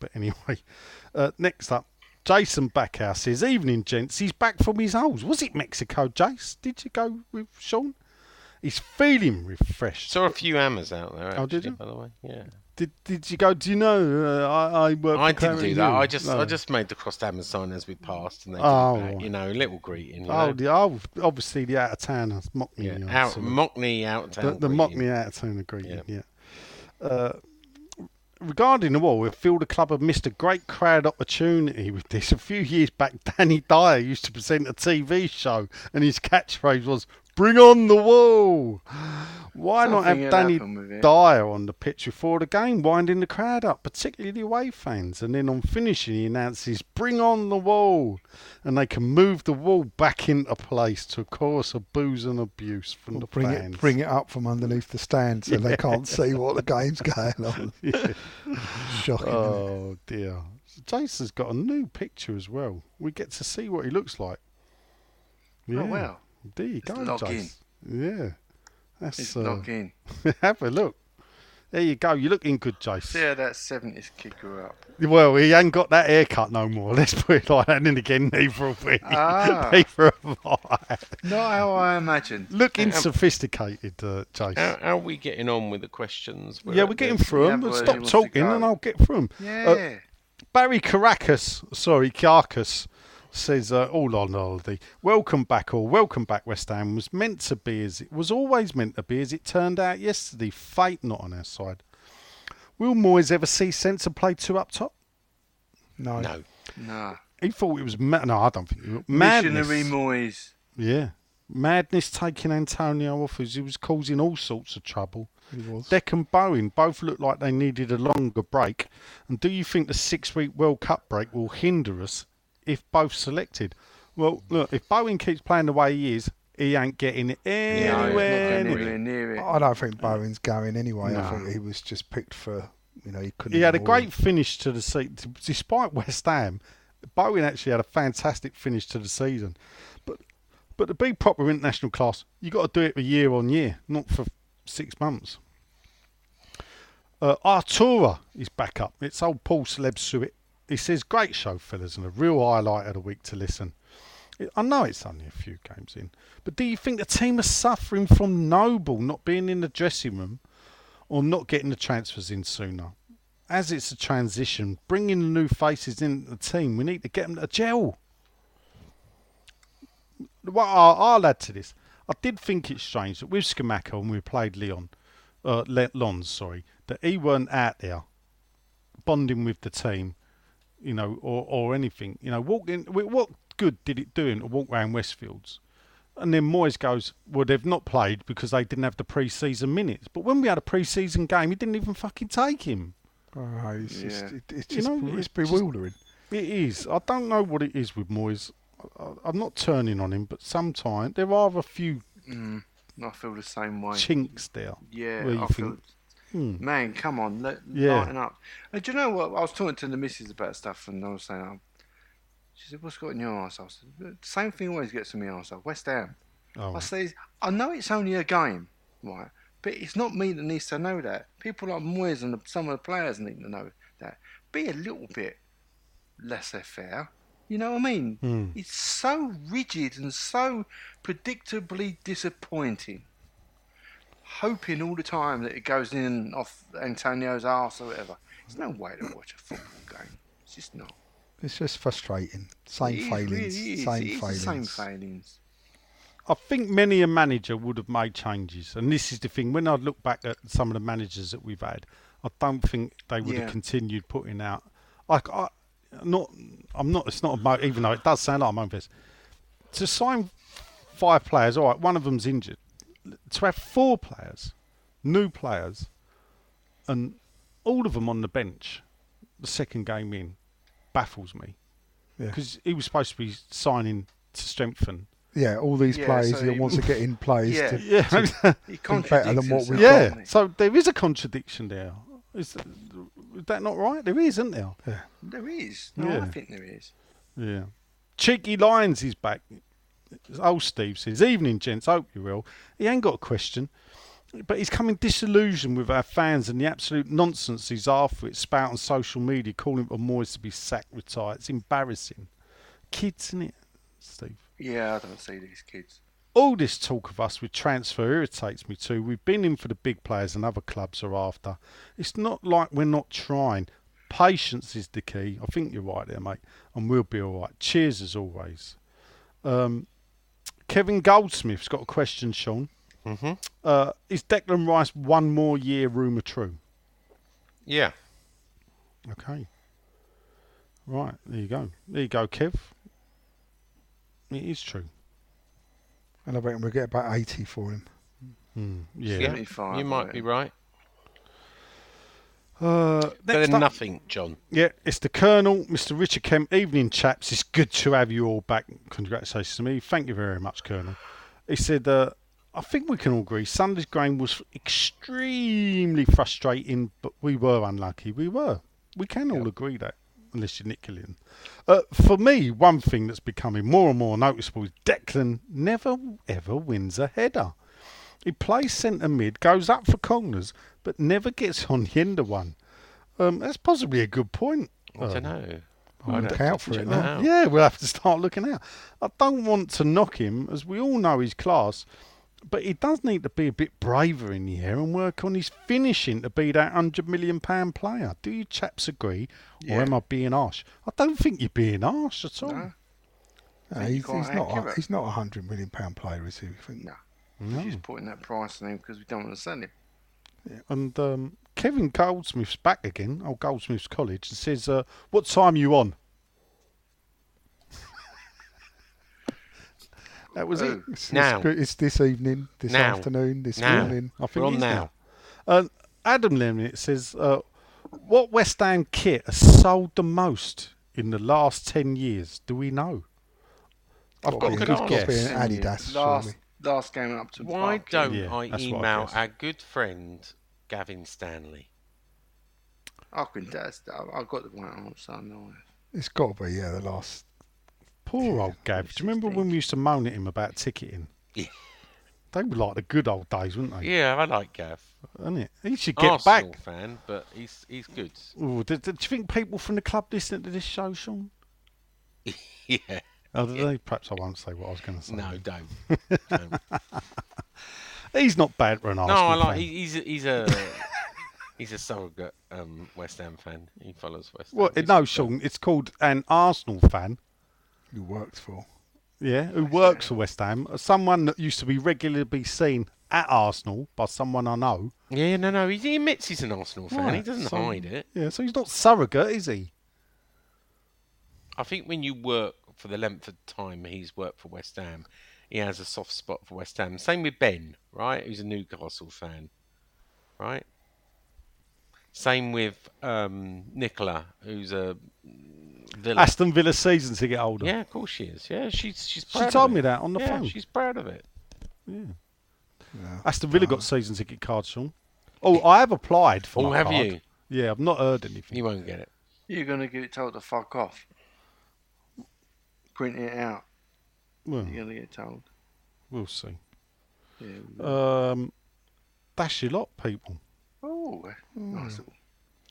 Speaker 3: But anyway, <laughs> uh, next up, Jason Backhouse says, "Evening, gents. He's back from his holes. Was it Mexico, Jace? Did you go with Sean? He's feeling refreshed.
Speaker 2: Saw a few hammers out there. Actually,
Speaker 3: Oh, did you?
Speaker 2: By the way, yeah.
Speaker 3: did did you go? Do you know? Uh, I I, work
Speaker 2: I
Speaker 3: for
Speaker 2: didn't do
Speaker 3: Claret
Speaker 2: that.
Speaker 3: Union."
Speaker 2: I just I
Speaker 3: No.
Speaker 2: just made the crossed hammer sign as we passed, and they did
Speaker 3: Oh,
Speaker 2: it back. You know, a little greeting. You
Speaker 3: oh
Speaker 2: know?
Speaker 3: the oh obviously the out of towners mock me.
Speaker 2: yeah.
Speaker 3: you know,
Speaker 2: Out
Speaker 3: so-
Speaker 2: mock me out.
Speaker 3: the,
Speaker 2: town
Speaker 3: the mock
Speaker 2: greeting.
Speaker 3: me out of town agreement. Yeah. Uh, regarding the wall, we feel the club have missed a great crowd opportunity with this. A few years back, <laughs> Danny Dyer used to present a TV show, and his catchphrase was "Bring on the wall." Why not
Speaker 5: Something
Speaker 3: have
Speaker 5: had
Speaker 3: Danny
Speaker 5: happened with it.
Speaker 3: Dyer on the pitch before the game, winding the crowd up, particularly the away fans? And then on finishing, he announces, "Bring on the wall," and they can move the wall back into place to cause a booze and abuse from
Speaker 4: Or
Speaker 3: the
Speaker 4: bring
Speaker 3: fans.
Speaker 4: it, bring it up from underneath the stand so they can't see what the game's going
Speaker 5: <laughs>
Speaker 4: on. Shocking. isn't it?
Speaker 3: Oh dear. So Jason's got a new picture as well. We get to see what he looks like. Yeah.
Speaker 5: Oh, wow.
Speaker 3: There you
Speaker 5: It's
Speaker 3: go,
Speaker 5: log
Speaker 3: Jason. Yeah.
Speaker 5: It's
Speaker 3: That's uh,
Speaker 5: knock in.
Speaker 3: <laughs> have a look. There you go. You're looking good,
Speaker 5: See
Speaker 3: Jason.
Speaker 5: how that 70s kid grew up.
Speaker 3: Well, he ain't got that haircut no more. <laughs> Let's put it like that. And then again, neither have we.
Speaker 5: Ah.
Speaker 3: <laughs> neither have I.
Speaker 5: Not how I imagined.
Speaker 3: Looking sophisticated, uh, Jason.
Speaker 2: How, how are we getting on with the questions?
Speaker 3: yeah, we're getting through
Speaker 5: Yeah,
Speaker 3: them.
Speaker 5: well, he
Speaker 3: Stop
Speaker 5: wants to
Speaker 3: talking
Speaker 5: go.
Speaker 3: and I'll get through Uh, them.
Speaker 5: Yeah.
Speaker 3: Barry Caracas, sorry, Caracas says, uh, all on holiday. Welcome back, all. Welcome back, West Ham. Was meant to be as it was always meant to be as it turned out yesterday. Fate not on our side. Will Moyes ever see sense and play two up top?
Speaker 4: No.
Speaker 2: No.
Speaker 5: nah.
Speaker 3: He thought it was ma- no, I don't think it was. madness.
Speaker 5: Missionary Moyes.
Speaker 3: yeah, madness taking Antonio off as he was causing all sorts of trouble.
Speaker 4: He was.
Speaker 3: Deck and Bowen both looked like they needed a longer break. And do you think the six week World Cup break will hinder us if both selected? Well, look, if Bowen keeps playing the way he is, he ain't getting
Speaker 5: No, not
Speaker 3: anywhere. near-
Speaker 5: anywhere near it.
Speaker 4: I don't think Bowen's going anyway. I
Speaker 3: No.
Speaker 4: think he was just picked for, you know, he couldn't.
Speaker 3: he had a
Speaker 4: afford
Speaker 3: great finish to the season. Despite West Ham, Bowen actually had a fantastic finish to the season. But but to be proper international class, you got to do it for year on year, not for six months. Uh, Artura is back up. It's old Paul Celeb Suet. He says, Great show, fellas, and a real highlight of the week to listen. I know it's only a few games in, but do you think the team are suffering from Noble not being in the dressing room or not getting the transfers in sooner? as it's a transition, bringing the new faces into the team, we need to get them to gel. Well, I'll, I'll add to this. I did think it's strange that with Skamaka when we played Leon, uh, Le- Lons, sorry, that he weren't out there bonding with the team, you know, or, or anything. You know, walking. wh- What good did it do him to walk round Westfields? And then Moyes goes, well, they've not played because they didn't have the pre-season minutes. But when we had a pre-season game, he didn't even fucking take him.
Speaker 4: it. Oh, it's just,
Speaker 5: Yeah.
Speaker 4: it, it's,
Speaker 3: You
Speaker 4: just
Speaker 3: know,
Speaker 4: it's,
Speaker 3: it's just-
Speaker 4: bewildering.
Speaker 3: It is. I don't know what it is with Moyes. I- I- I'm not turning on him, but sometimes there are a few
Speaker 5: I feel the same way.
Speaker 3: chinks there.
Speaker 5: Yeah,
Speaker 3: Oh. where you
Speaker 5: I
Speaker 3: think, Hmm.
Speaker 5: feel. Man, come on, let,
Speaker 3: Yeah.
Speaker 5: lighten up. And do you know what? I was talking to the missus about stuff, and I was saying, oh, she said, "What's got in your arse?" I said, "The same thing always gets in my arse. uh, West Ham. I
Speaker 3: oh,
Speaker 5: say, I know it's only a game, right? But it's not me that needs to know that. People like Moyes and the, some of the players need to know that. Be a little bit laissez faire. You know what I mean?
Speaker 4: Hmm.
Speaker 5: It's so rigid and so predictably disappointing. Hoping all the time that it goes in off Antonio's arse or whatever. There's no way to watch a football game. It's just not.
Speaker 4: It's just frustrating. Same
Speaker 5: It is,
Speaker 4: failings.
Speaker 5: really is.
Speaker 4: same
Speaker 5: It is the
Speaker 4: failings.
Speaker 5: Same failings.
Speaker 3: I think many a manager would have made changes, and this is the thing. When I look back at some of the managers that we've had, I don't think they would
Speaker 5: Yeah.
Speaker 3: have continued putting out. Like I, not, I'm not. It's not a mo- even though it does sound like I'm over this. To sign five players, all right, one of them's injured. To have four players, new players, and all of them on the bench, the second game in, baffles me.
Speaker 4: Yeah.
Speaker 3: Because he was supposed to be signing to strengthen.
Speaker 4: Yeah, all these
Speaker 5: Yeah,
Speaker 4: players
Speaker 5: so
Speaker 4: he
Speaker 5: he-
Speaker 4: wants to get in plays.
Speaker 5: Yeah.
Speaker 4: To,
Speaker 3: Yeah.
Speaker 5: <laughs> He
Speaker 4: better
Speaker 5: contradicts
Speaker 4: than what we've
Speaker 5: himself,
Speaker 4: got,
Speaker 3: Yeah,
Speaker 5: doesn't he?
Speaker 3: so there is a contradiction there. Is, is that not right? There is, isn't there?
Speaker 5: There is. No, I
Speaker 3: Yeah.
Speaker 5: think there is.
Speaker 3: Yeah. Cheeky Lions is back. Old Steve says, Evening, gents. Hope you're well. He ain't got a question, but he's coming disillusioned with our fans and the absolute nonsense he's after it spout on social media, calling for Moyes to be sacked, retired. It's embarrassing. Kids, isn't it, Steve?
Speaker 5: Yeah, I don't see these kids.
Speaker 3: All this talk of us with transfer irritates me too. We've been in for the big players and other clubs are after. It's not like we're not trying. Patience is the key. I think you're right there, mate. And we'll be all right. Cheers as always. Um, Kevin Goldsmith's got a question, Sean. Mm-hmm. Uh, is Declan Rice one more year rumour true?
Speaker 2: Yeah.
Speaker 3: Okay. Right, there you go. There you go, Kev. It is true.
Speaker 4: And I reckon we'll get about 80 for him.
Speaker 3: Hmm, yeah.
Speaker 2: Yeah,
Speaker 5: 75,
Speaker 2: you might
Speaker 5: yeah.
Speaker 2: be right.
Speaker 3: Uh,
Speaker 2: Better
Speaker 3: next
Speaker 2: than
Speaker 3: up,
Speaker 2: nothing, John.
Speaker 3: yeah, it's the Colonel, Mr. Richard Kemp. Evening, chaps. It's good to have you all back. Congratulations to me. Thank you very much, Colonel. He said, uh, I think we can all agree Sunday's game was extremely frustrating, but we were unlucky. We were. We can all agree that, unless you're Nick Killian. Uh, for me, one thing that's becoming more and more noticeable is Declan never, ever wins a header. He plays centre mid, goes up for corners, but never gets on the end of one. Um, that's possibly a good point.
Speaker 2: I don't know.
Speaker 4: I'll look out for it
Speaker 2: Check
Speaker 4: now.
Speaker 5: Oh.
Speaker 2: that out.
Speaker 3: Yeah, we'll have to start looking out. I don't want to knock him, as we all know his class, but he does need to be a bit braver in the air and work on his finishing to be that hundred million pound player. Do you chaps agree, or
Speaker 5: Yeah.
Speaker 3: am I being harsh? I don't think you're being harsh at all.
Speaker 5: No.
Speaker 4: No,
Speaker 5: think
Speaker 4: he's,
Speaker 5: quite
Speaker 4: he's not. A,
Speaker 5: accurate.
Speaker 4: he's not a hundred million pound player, is he? I think.
Speaker 5: No. We're just putting that price on him because we don't want to sell him.
Speaker 3: And um, Kevin Goldsmith's back again, old Goldsmith's College, and says, uh, "What time you on?" <laughs> that was
Speaker 5: Oh.
Speaker 3: it.
Speaker 4: It's,
Speaker 2: Now.
Speaker 4: It's, good- it's this evening, this
Speaker 2: Now.
Speaker 4: afternoon, this
Speaker 2: Now.
Speaker 4: morning.
Speaker 3: I think
Speaker 2: We're
Speaker 3: it
Speaker 2: on
Speaker 3: is
Speaker 2: now.
Speaker 3: And Adam Lemnit says, uh, "What West Ham kit has sold the most in the last ten years? Do we know?" I've got
Speaker 4: Gotta
Speaker 3: a
Speaker 4: be
Speaker 3: good
Speaker 4: an- gotta
Speaker 3: guess.
Speaker 4: be an Adidas,
Speaker 5: last
Speaker 4: surely.
Speaker 5: last game up to
Speaker 2: Why
Speaker 5: Park.
Speaker 2: don't
Speaker 3: Yeah,
Speaker 2: I
Speaker 3: that's what I
Speaker 2: email
Speaker 3: guessed.
Speaker 2: our good friend Gavin Stanley?
Speaker 5: I can that's I got the one on, so I know it.
Speaker 4: It's got to be yeah. The last.
Speaker 3: Poor old Gav. Do you remember when we used to moan at him about ticketing?
Speaker 2: Yeah.
Speaker 3: They were like the good old days, weren't they?
Speaker 2: Yeah, I like Gav.
Speaker 3: Wasn't it? He should get
Speaker 2: Arsenal
Speaker 3: back.
Speaker 2: fan, but he's he's good.
Speaker 3: Ooh, do, do you think people from the club listen to this show, Sean?
Speaker 2: <laughs> yeah.
Speaker 3: Oh, do they? Perhaps I won't say what I was going to say.
Speaker 2: No,
Speaker 3: <laughs>
Speaker 2: don't. don't.
Speaker 3: He's not bad for an
Speaker 2: No,
Speaker 3: Arsenal
Speaker 2: I like.
Speaker 3: fan.
Speaker 2: He, he's a, he's a <laughs> he's a surrogate um, West Ham fan. He follows West Ham.
Speaker 3: Well,
Speaker 2: He's
Speaker 3: no,
Speaker 2: good.
Speaker 3: Sean, it's called an Arsenal fan.
Speaker 4: Who worked for?
Speaker 3: yeah, who works for West Ham, someone that used to be regularly be seen at Arsenal by someone I know.
Speaker 2: Yeah, no, no. He, he admits he's an Arsenal fan. he
Speaker 3: Right,
Speaker 2: doesn't
Speaker 3: so-
Speaker 2: hide it.
Speaker 3: Yeah, so he's not surrogate, is he?
Speaker 2: I think when you work for the length of time he's worked for West Ham, he has a soft spot for West Ham. Same with Ben, right? Who's a Newcastle fan, right? Same with um, Nicola, who's a Villa.
Speaker 3: Aston Villa season to get older.
Speaker 2: yeah, of course she is. Yeah, she's she's.
Speaker 3: She
Speaker 2: Proud of
Speaker 3: told
Speaker 2: it.
Speaker 3: me that on the
Speaker 2: yeah,
Speaker 3: phone.
Speaker 2: She's proud of it.
Speaker 3: Aston Villa got season ticket cards, Sean. Oh, I have applied for.
Speaker 2: Oh,
Speaker 3: my
Speaker 2: have
Speaker 3: card.
Speaker 2: you?
Speaker 3: Yeah, I've not heard anything.
Speaker 2: You won't get it.
Speaker 5: You're gonna get told to fuck off. Print it out.
Speaker 3: Well,
Speaker 5: You're gonna get told.
Speaker 3: we'll see.
Speaker 5: Yeah.
Speaker 3: Um, that's your lot, people.
Speaker 5: Oh, nice little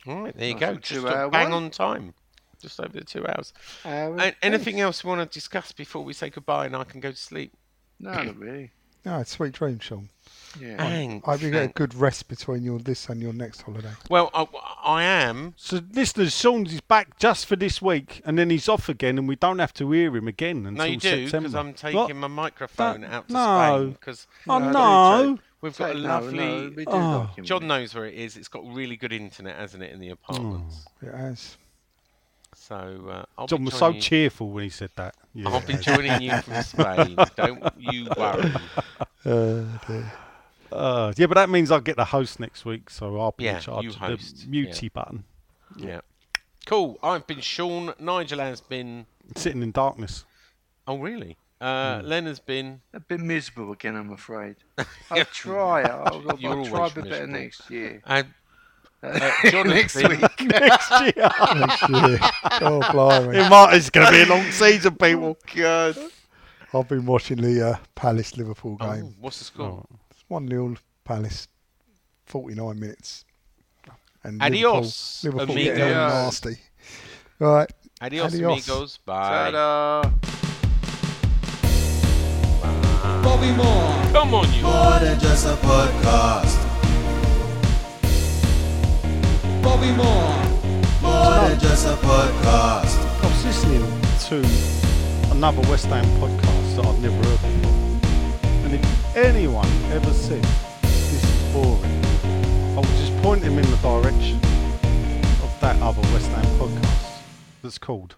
Speaker 2: All right, there you
Speaker 5: Nice
Speaker 2: go.
Speaker 5: little
Speaker 2: Just
Speaker 5: two-hour
Speaker 2: a bang
Speaker 5: one.
Speaker 2: on time. Just over the two hours.
Speaker 5: hour.
Speaker 2: A- anything
Speaker 5: piece.
Speaker 2: else we want to discuss before we say goodbye and I can go to sleep?
Speaker 5: No, not really.
Speaker 4: No, it's sweet dream, Sean.
Speaker 5: Yeah.
Speaker 2: Thanks.
Speaker 4: I hope you get a
Speaker 2: thanks.
Speaker 4: good rest between your this and your next holiday. <laughs>
Speaker 2: Well, I, I am.
Speaker 3: So, listeners, Sean's is back just for this week, and then he's off again, and we don't have to hear him again until
Speaker 2: No, you do
Speaker 3: September.
Speaker 2: because I'm taking
Speaker 3: What?
Speaker 2: my microphone
Speaker 3: That-
Speaker 2: out to
Speaker 3: no.
Speaker 2: Spain because
Speaker 3: Oh, no.
Speaker 2: we've got a
Speaker 5: Take- no,
Speaker 2: lovely.
Speaker 5: no, we do
Speaker 3: Oh.
Speaker 5: document it.
Speaker 2: John knows where it is. It's got really good internet, hasn't it, in the apartments?
Speaker 4: It has.
Speaker 2: So uh, I'll
Speaker 3: Mm, John
Speaker 2: be
Speaker 3: was so
Speaker 2: joining you-
Speaker 3: cheerful when he said that. Yeah.
Speaker 2: I'll be joining you from
Speaker 3: <laughs>
Speaker 2: Spain. Don't you worry.
Speaker 3: Uh, yeah, but that means I'll get the host next week, so I'll be
Speaker 2: Yeah,
Speaker 3: in charge
Speaker 2: you
Speaker 3: of
Speaker 2: host,
Speaker 3: the mutey button.
Speaker 2: Yeah. Cool. I've been Sean. Nigel has been.
Speaker 3: Sitting in darkness.
Speaker 2: Oh, really? Uh,
Speaker 3: Hmm.
Speaker 2: Len has been.
Speaker 5: A bit miserable again,
Speaker 2: <laughs>
Speaker 5: I'm afraid. I'll try. I'll, I'll,
Speaker 2: You're
Speaker 5: I'll
Speaker 2: always
Speaker 5: try a bit better
Speaker 2: miserable.
Speaker 5: next year.
Speaker 2: Uh, uh, John has
Speaker 5: next
Speaker 2: been-
Speaker 5: week. <laughs>
Speaker 3: Next year.
Speaker 4: Yeah. oh, blimey.
Speaker 3: It might, it's going to be a long season, people.
Speaker 5: God.
Speaker 4: I've been watching the uh, Palace Liverpool
Speaker 2: Oh,
Speaker 4: game.
Speaker 2: what's the score?
Speaker 4: It's one 0 Palace, forty nine minutes. And
Speaker 2: Adios,
Speaker 4: Liverpool, Liverpool getting
Speaker 2: amigos.
Speaker 4: nasty. Right.
Speaker 2: Adios,
Speaker 4: Adios.
Speaker 2: amigos. Bye.
Speaker 5: Ta-da.
Speaker 1: Bobby Moore.
Speaker 2: Come on, you.
Speaker 1: More than just a podcast. Bobby Moore. More than just a podcast.
Speaker 3: I was listening to another West Ham podcast that I've never heard before. And if anyone ever said this is boring, I would just point him in the direction
Speaker 4: that other West Ham podcast that's called.